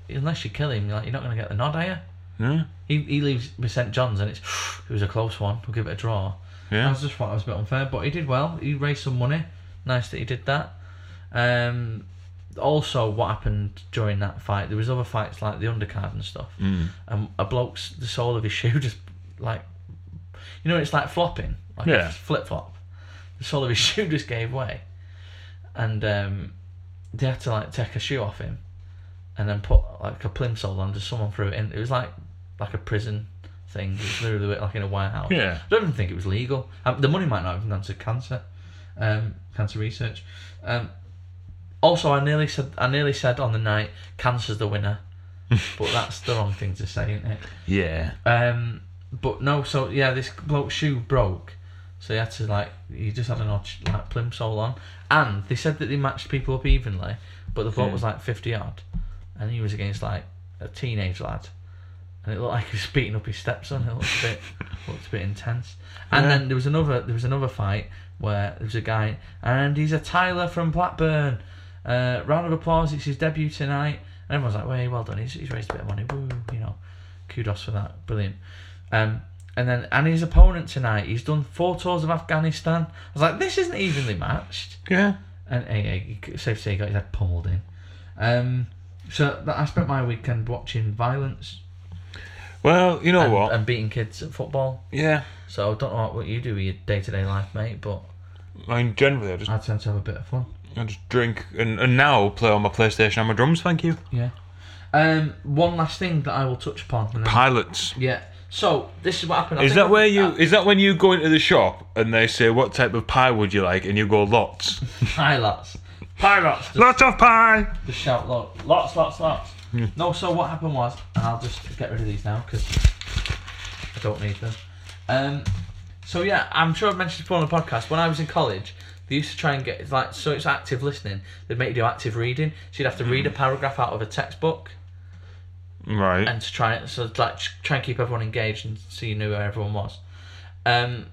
Speaker 1: Unless you kill him, you're, like, you're not going to get the nod, are you?
Speaker 2: No.
Speaker 1: He, he leaves with St John's and it's it was a close one. We'll give it a draw. I
Speaker 2: Yeah.
Speaker 1: was just thought that was a bit unfair, but he did well. He raised some money. Nice that he did that. Um, also, what happened during that fight? There was other fights like the undercard and stuff. Mm. And a bloke's the sole of his shoe just like you know it's like flopping, like
Speaker 2: Yeah.
Speaker 1: a flip flop. The sole of his shoe just gave way, and um, they had to like take a shoe off him, and then put like a plimsoll on. Just someone threw it in. It was like like a prison thing. It was literally like in a warehouse.
Speaker 2: Yeah.
Speaker 1: I don't even think it was legal. Um, the money might not have gone to cancer, um, cancer research. Um, Also, I nearly said I nearly said on the night cancer's the winner, but that's the wrong thing to say, isn't it?
Speaker 2: Yeah.
Speaker 1: Um, but no, so yeah, this bloke's shoe broke, so he had to like he just had an odd sh- like plimsoll on, and they said that they matched people up evenly, but the bloke was like fifty odd, and he was against like a teenage lad, and it looked like he was beating up his stepson. It looked a bit looked a bit intense. And then there was another there was another fight where there was a guy, and he's a Tyler from Blackburn. Uh, round of applause! It's his debut tonight, and everyone's like, "Way, well done! He's, he's raised a bit of money. Woo, you know." kudos for that. Brilliant. Um, and then and his opponent tonight, he's done four tours of Afghanistan. I was like, this isn't evenly matched.
Speaker 2: Yeah.
Speaker 1: And hey, hey, safe to say he got his head pummeled in. Um, so that, I spent my weekend watching violence
Speaker 2: Oh, Well, you know
Speaker 1: and, um,
Speaker 2: what?
Speaker 1: and beating kids at football.
Speaker 2: yeah.
Speaker 1: So I don't know what you do with your day to day life, mate, but
Speaker 2: I mean, generally, I just
Speaker 1: I tend to have a bit of fun.
Speaker 2: I just drink and, and now play on my PlayStation and my drums. Thank you.
Speaker 1: Yeah. Um, one last thing that I will touch upon. and then-
Speaker 2: Pilots.
Speaker 1: yeah. So this is what happened. I
Speaker 2: Is
Speaker 1: think
Speaker 2: that
Speaker 1: I-
Speaker 2: where you? Is that when you go into the shop and they say what type of pie would you like, and you go lots,
Speaker 1: pilots? Pilots.
Speaker 2: lots of pie.
Speaker 1: Just shout lo- lots, lots, lots. No, so what happened was, and I'll just get rid of these now because I don't need them. Um, so yeah, I'm sure I've mentioned before on the podcast. When I was in college, they used to try and get it's like so it's active listening. They'd make you do active reading, so you'd have to read a paragraph out of a textbook
Speaker 2: Right.
Speaker 1: and to try and so it's like try and keep everyone engaged and so you knew where everyone was. Um,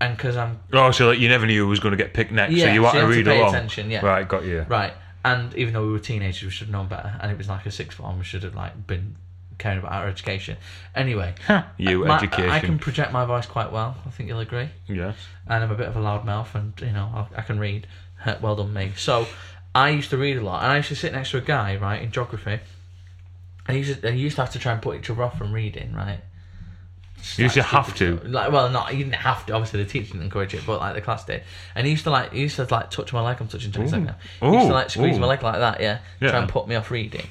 Speaker 1: and because I'm
Speaker 2: oh, so like you never knew who was going to get picked next, so
Speaker 1: Yeah,
Speaker 2: you want
Speaker 1: so you
Speaker 2: to
Speaker 1: had to
Speaker 2: read
Speaker 1: pay
Speaker 2: along.
Speaker 1: attention, yeah.
Speaker 2: Right, got you.
Speaker 1: Right. And even though we were teenagers, we should have known better. And it was like a sixth form, we should have like been caring about our education. Anyway,
Speaker 2: You
Speaker 1: my-
Speaker 2: education.
Speaker 1: I can project my voice quite well. I think you'll agree.
Speaker 2: Yes.
Speaker 1: And I'm a bit of a loud mouth, and you know I, I can read. Well done, me. So I used to read a lot, and I used to sit next to a guy right in geography. And he used to, he used to have to try and put each other off from reading, right?
Speaker 2: You used to have to.
Speaker 1: Like, well, not you didn't have to. Obviously, the teacher didn't encourage it, but like the class did. And he used to like, he used to like touch my leg. I'm touching Jack's leg now. He used
Speaker 2: Ooh,
Speaker 1: to like squeeze
Speaker 2: ooh.
Speaker 1: my leg like that, yeah,
Speaker 2: Yeah.
Speaker 1: try and put me off reading,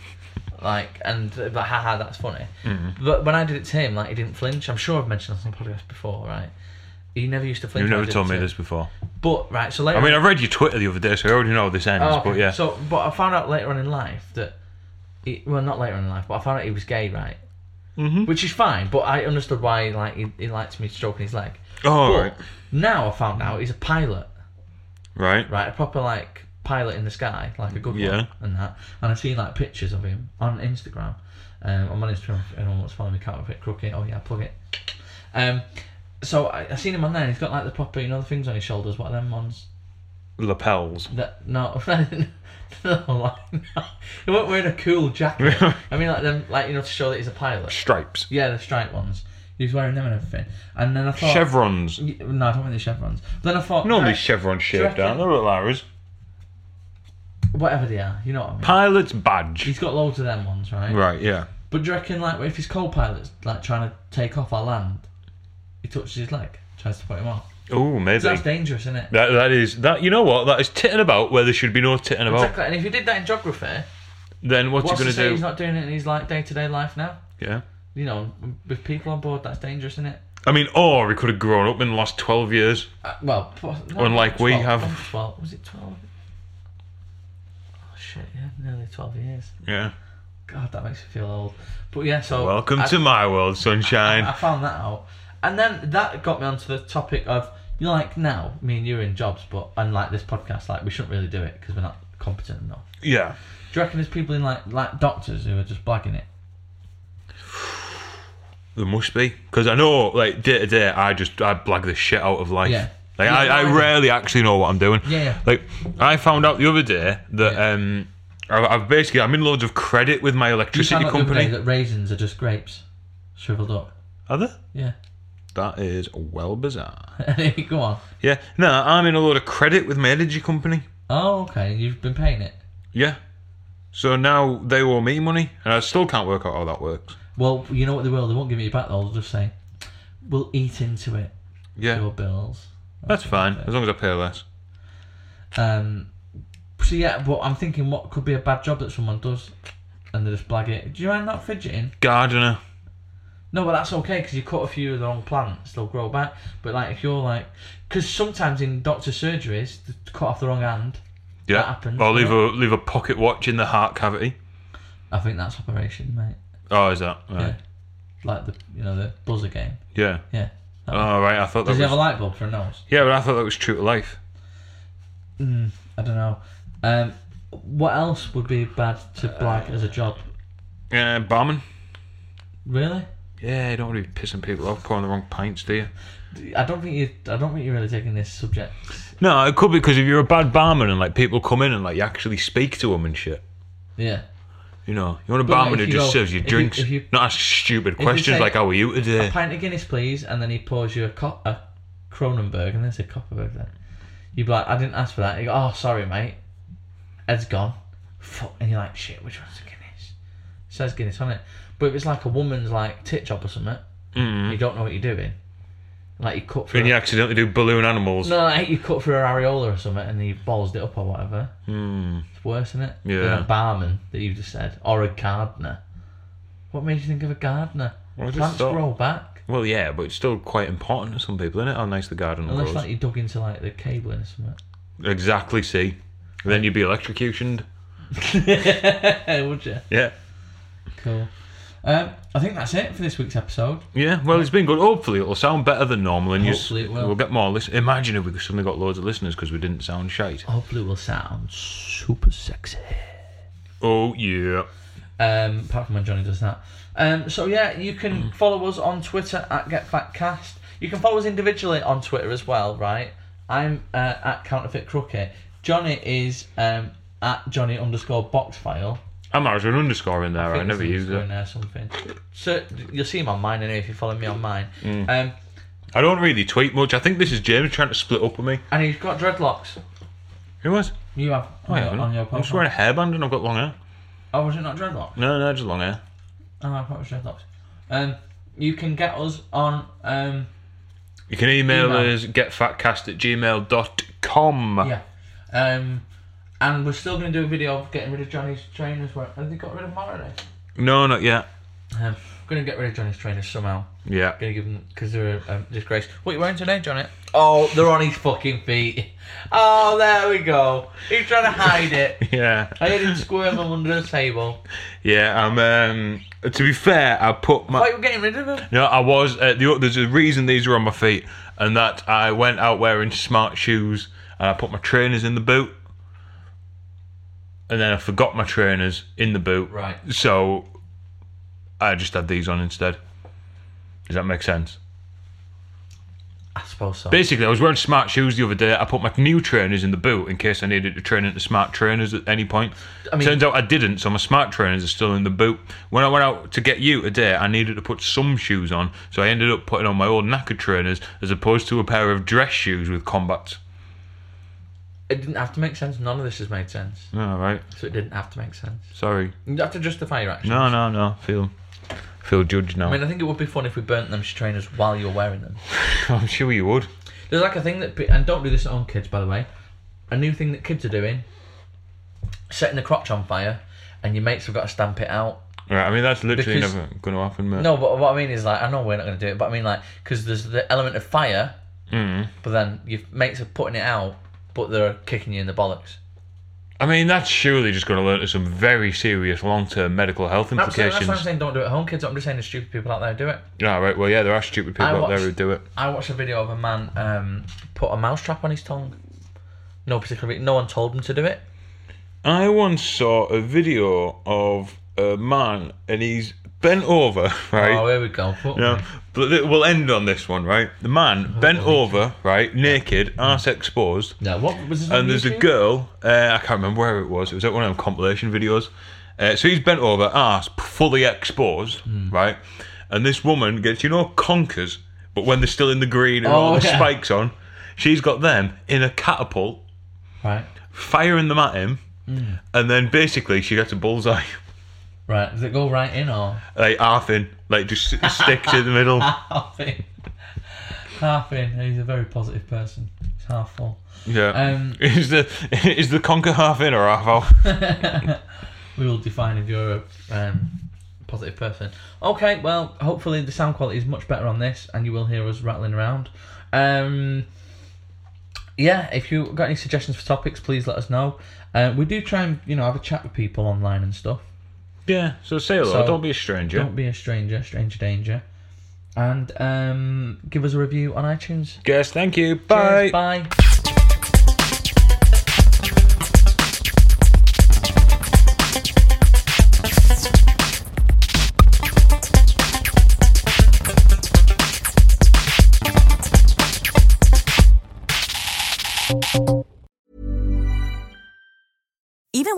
Speaker 1: like, and uh, but haha, that's funny.
Speaker 2: Mm-hmm.
Speaker 1: But when I did it to him, like, he didn't flinch. I'm sure I've mentioned this on the podcast before, right? He never used to flinch.
Speaker 2: You've
Speaker 1: when I
Speaker 2: never
Speaker 1: did it
Speaker 2: told me
Speaker 1: to him.
Speaker 2: this before.
Speaker 1: But right, so later.
Speaker 2: I mean, I read your Twitter the other day, so I already know how this ends.
Speaker 1: Oh, okay.
Speaker 2: But yeah,
Speaker 1: So, but I found out later on in life that, he, well, not later on in life, but I found out he was gay, right? Mm-hmm. Which is fine, but I understood why like he, he liked me stroking his leg.
Speaker 2: Oh,
Speaker 1: But
Speaker 2: right.
Speaker 1: Now I found out he's a pilot,
Speaker 2: right.
Speaker 1: right? A proper like pilot in the sky, like a good
Speaker 2: Yeah.
Speaker 1: one, and that. And I've seen like pictures of him on Instagram. Um, I'm on Instagram. If anyone wants to follow me, can't fit crooked. Oh yeah, plug it. Um, so I, I seen him on there. and He's got like the proper, you know, the things on his shoulders. What are them ones?
Speaker 2: Lapels.
Speaker 1: That no, no, like, no. He wasn't wearing a cool jacket. I mean, like them, like you know, to show that he's a pilot.
Speaker 2: Stripes.
Speaker 1: Yeah, the striped ones. He was wearing them and everything. And then I thought,
Speaker 2: Chevrons.
Speaker 1: Y- no, I don't think they're chevrons. Then I thought,
Speaker 2: Normally
Speaker 1: Oh. right,
Speaker 2: chevron shaped,
Speaker 1: reckon-
Speaker 2: aren't they? Look, Larry's.
Speaker 1: whatever they are, you know what I mean.
Speaker 2: Pilot's badge.
Speaker 1: He's got loads of them ones, right?
Speaker 2: Right, yeah.
Speaker 1: But do you reckon, like, if his co-pilot's like trying to take off or land, he touches his leg, tries to put him off.
Speaker 2: Oh, maybe.
Speaker 1: That's dangerous, isn't it?
Speaker 2: That that is that you know what that is titting about where there should be no titting about.
Speaker 1: Exactly. And if he did that in geography,
Speaker 2: Then what's,
Speaker 1: what's to
Speaker 2: he gonna
Speaker 1: say
Speaker 2: do?
Speaker 1: he's not doing it in his like day-to-day life now?
Speaker 2: Yeah,
Speaker 1: You know, with people on board, that's dangerous, isn't it?
Speaker 2: I mean, or he could have grown up in the last twelve years.
Speaker 1: Uh, well, po- no,
Speaker 2: Unlike we
Speaker 1: 12,
Speaker 2: have.
Speaker 1: oh, 12. Was it 12? Oh, shit, yeah, nearly 12 years.
Speaker 2: Yeah.
Speaker 1: God, that makes me feel old. But yeah, so.
Speaker 2: Welcome
Speaker 1: Oh, I,
Speaker 2: to my world, sunshine.
Speaker 1: I found that out. And then that got me onto the topic of, you know, like now, me and you are in jobs, but unlike this podcast, like we shouldn't really do it because we're not competent enough.
Speaker 2: yeah.
Speaker 1: Do you reckon there's people in like like doctors who are just blagging it?
Speaker 2: There must be because I know, like day to day, I just I blag the shit out of life.
Speaker 1: Yeah.
Speaker 2: Like
Speaker 1: Yeah,
Speaker 2: I,
Speaker 1: no, I
Speaker 2: I
Speaker 1: do.
Speaker 2: rarely actually know what I'm doing.
Speaker 1: Yeah, yeah.
Speaker 2: Like I found out the other day that
Speaker 1: Yeah.
Speaker 2: um, I, I've basically I'm in loads of credit with my
Speaker 1: You
Speaker 2: electricity
Speaker 1: found out the other day
Speaker 2: company.
Speaker 1: that raisins are just grapes, shriveled up.
Speaker 2: Are there?
Speaker 1: Yeah.
Speaker 2: That is well bizarre.
Speaker 1: Go on.
Speaker 2: Yeah. No, I'm in a load of credit with my energy company.
Speaker 1: Oh, okay. You've been paying it.
Speaker 2: Yeah. So now they owe me money, and I still can't work out how that works.
Speaker 1: Well, you know what they will. They won't give it you back. Though. They'll just say, "We'll eat into it
Speaker 2: Yeah,
Speaker 1: your bills."
Speaker 2: that's fine as long as I pay less.
Speaker 1: Um, so yeah, but I'm thinking what could be a bad job that someone does, and they just blag it. Do you mind not fidgeting?
Speaker 2: Gardener.
Speaker 1: No, but that's okay because you cut a few of the wrong plants, they'll grow back. But like if you're like, because sometimes in doctor surgeries, they cut off the wrong hand.
Speaker 2: Yeah.
Speaker 1: That happens,
Speaker 2: or leave
Speaker 1: yeah.
Speaker 2: a leave a pocket watch in the heart cavity.
Speaker 1: I think that's operation, mate.
Speaker 2: Oh, is that right?
Speaker 1: Yeah. Like the you know the buzzer game.
Speaker 2: Yeah.
Speaker 1: Yeah. That one.
Speaker 2: Oh right, I thought that
Speaker 1: Does he
Speaker 2: was
Speaker 1: have a light bulb for a nose?
Speaker 2: yeah, but I thought that was true to life.
Speaker 1: I don't know. Um, what else would be bad to
Speaker 2: Uh,
Speaker 1: blag as a job?
Speaker 2: Yeah, barman.
Speaker 1: Really?
Speaker 2: Yeah, you don't want to be pissing people off pouring the wrong pints, do you?
Speaker 1: I don't think you. I don't think you're really taking this subject.
Speaker 2: No, it could be because if you're a bad barman and like people come in and like you actually speak to them and shit.
Speaker 1: Yeah.
Speaker 2: You know, you want a
Speaker 1: But, like,
Speaker 2: barman
Speaker 1: if
Speaker 2: who
Speaker 1: you
Speaker 2: just
Speaker 1: go-
Speaker 2: serves you
Speaker 1: if you-
Speaker 2: drinks,
Speaker 1: if you-
Speaker 2: not ask stupid
Speaker 1: you
Speaker 2: questions
Speaker 1: say-
Speaker 2: like "How are you
Speaker 1: A
Speaker 2: today?"
Speaker 1: pint of Guinness, please, and then he pours you a, co- a Kronenberg, and then it's a Copperberg. Then you'd be like, I didn't ask for that. You go, oh, sorry, mate. Ed's gone. Fuck. And you're like, shit, which one's the Guinness? It says Guinness on it. But if it's like a woman's like tit job or something,
Speaker 2: Mm-hmm.
Speaker 1: you don't know what you're doing. Like you cut for
Speaker 2: And you accidentally do balloon animals.
Speaker 1: No, like you cut through a areola or something and you ballsed it up or whatever. Mm. It's worse, isn't it?
Speaker 2: Yeah.
Speaker 1: Than a barman that you just said, or a gardener. What made you think of a gardener?
Speaker 2: Well, I just
Speaker 1: Plants
Speaker 2: thought-
Speaker 1: grow back.
Speaker 2: Well, yeah, but it's still quite important to some people, isn't it? How nice the garden
Speaker 1: Unless
Speaker 2: grows.
Speaker 1: like you dug into like the cabling or something.
Speaker 2: Exactly. See, and then you'd be electrocutioned.
Speaker 1: Hey, would you?
Speaker 2: Yeah.
Speaker 1: Cool. Um, I think that's it for this week's episode.
Speaker 2: Yeah, well, it's been good. Hopefully, it'll sound better than normal, and
Speaker 1: Hopefully
Speaker 2: you
Speaker 1: it will.
Speaker 2: we'll get more. Listen, imagine if we suddenly got loads of listeners because we didn't sound shite.
Speaker 1: Hopefully, it will sound super sexy.
Speaker 2: Oh yeah,
Speaker 1: um, apart from when Johnny does that. Um, so yeah, you can follow us on Twitter at GetFatCast. You can follow us individually on Twitter as well, right? I'm uh, at Counterfeit Crookie. Johnny is um, at Johnny underscore Boxfile.
Speaker 2: I'm out an underscore in there. I, never used it.
Speaker 1: There something. So you'll see him on mine anyway if you follow me on mine. Um,
Speaker 2: I don't really tweet much. I think this is James trying to split up with me.
Speaker 1: and he's got dreadlocks.
Speaker 2: Who was?
Speaker 1: You have
Speaker 2: I
Speaker 1: on, your,
Speaker 2: haven't.
Speaker 1: on your
Speaker 2: I'm just
Speaker 1: profile.
Speaker 2: wearing a hairband and I've got long hair.
Speaker 1: Oh, was it not dreadlocks?
Speaker 2: No, no, just long hair.
Speaker 1: Oh, I thought it was dreadlocks. Um, you can get us on. Um,
Speaker 2: You can email,
Speaker 1: Email.
Speaker 2: us getfatcast at gmail.com.
Speaker 1: Yeah. Um, and we're still going to do a video of getting rid of Johnny's trainers. Where have they got rid of them already?
Speaker 2: No, not yet.
Speaker 1: Um, going to get rid of Johnny's trainers somehow.
Speaker 2: Yeah.
Speaker 1: Going to give them because they're a um, disgrace. What are you wearing today, Johnny? Oh, they're on his fucking feet. Oh, there we go. He's trying to hide it.
Speaker 2: Yeah.
Speaker 1: I heard him squirming under the table.
Speaker 2: Yeah, I'm. Um, to be fair, I put my.
Speaker 1: Why Oh, you getting rid of them?
Speaker 2: No, I was. Uh, the, there's a reason these are on my feet, and that I went out wearing smart shoes, and I put my trainers in the boot, and then I forgot my trainers in the boot.
Speaker 1: Right.
Speaker 2: So I just had these on instead. Does that make sense?
Speaker 1: I suppose so.
Speaker 2: Basically, I was wearing smart shoes the other day. I put my new trainers in the boot in case I needed to train into smart trainers at any point.
Speaker 1: I mean-
Speaker 2: Turns out I didn't, so my smart trainers are still in the boot. When I went out to get you today, I needed to put some shoes on, so I ended up putting on my old knackered trainers as opposed to a pair of dress shoes with combats.
Speaker 1: It didn't have to make sense. None of this has made sense.
Speaker 2: All right,
Speaker 1: So it didn't have to make sense.
Speaker 2: sorry.
Speaker 1: You have to justify your actions.
Speaker 2: No, no, no. Feel, feel judged now.
Speaker 1: I mean, I think it would be fun if we burnt them trainers while you're wearing them.
Speaker 2: I'm sure you would.
Speaker 1: There's like a thing that, pe- and don't do this at home, kids, by the way. A new thing that kids are doing, setting the crotch on fire, and your mates have got to stamp it out.
Speaker 2: Right, I mean that's literally
Speaker 1: Because-
Speaker 2: never going to happen, mate.
Speaker 1: No, but what I mean is like, I know we're not going to do it, but I mean like, because there's the element of fire,
Speaker 2: Mm-hmm.
Speaker 1: but then your mates are putting it out, but they're kicking you in the bollocks.
Speaker 2: I mean that's surely just going to lead to some very serious long-term medical health
Speaker 1: Absolutely,
Speaker 2: implications.
Speaker 1: that's why I'm saying don't do it at home, kids. I'm just saying the stupid people out there who do it.
Speaker 2: Yeah, Ah, right. Well, yeah, there are stupid people
Speaker 1: I
Speaker 2: out there
Speaker 1: watched-
Speaker 2: who do it.
Speaker 1: I watched a video of a man um, put a mousetrap on his tongue. No particular, re- no one told him to do it.
Speaker 2: I once saw a video of a man and he's bent over, right?
Speaker 1: Oh, here we go. Fuck
Speaker 2: No,
Speaker 1: me.
Speaker 2: but it- we'll end on this one, right? The man bent
Speaker 1: Oh,
Speaker 2: over, right, naked, arse exposed,
Speaker 1: No, what was this? on
Speaker 2: and there's a
Speaker 1: YouTube?
Speaker 2: girl. Uh, I can't remember where it was. It was at one of them compilation videos. Uh, so he's bent over, ass fully exposed,
Speaker 1: Hmm.
Speaker 2: right? And this woman gets, you know, conkers, but when they're still in the green and
Speaker 1: Oh,
Speaker 2: all the
Speaker 1: yeah.
Speaker 2: spikes on, she's got them in a catapult
Speaker 1: Right.
Speaker 2: firing them at him, and then basically she gets a bullseye,
Speaker 1: Right, does it go right in or
Speaker 2: like half in, like just s- sticks in the middle.
Speaker 1: half in? half in. He's a very positive person. He's half full.
Speaker 2: Yeah,
Speaker 1: Um,
Speaker 2: is the is the conker half in or half out?
Speaker 1: We will define if you're a um, positive person. Okay, well, hopefully the sound quality is much better on this, and you will hear us rattling around. Um, yeah, if you got any suggestions for topics, please let us know. Uh, we do try and you know have a chat with people online and stuff.
Speaker 2: Yeah, so say hello.
Speaker 1: So-
Speaker 2: don't be a stranger.
Speaker 1: Don't be a stranger, stranger danger, and um, give us a review on iTunes.
Speaker 2: Yes, thank you.
Speaker 1: Cheers,
Speaker 2: Bye.
Speaker 1: bye.
Speaker 3: Even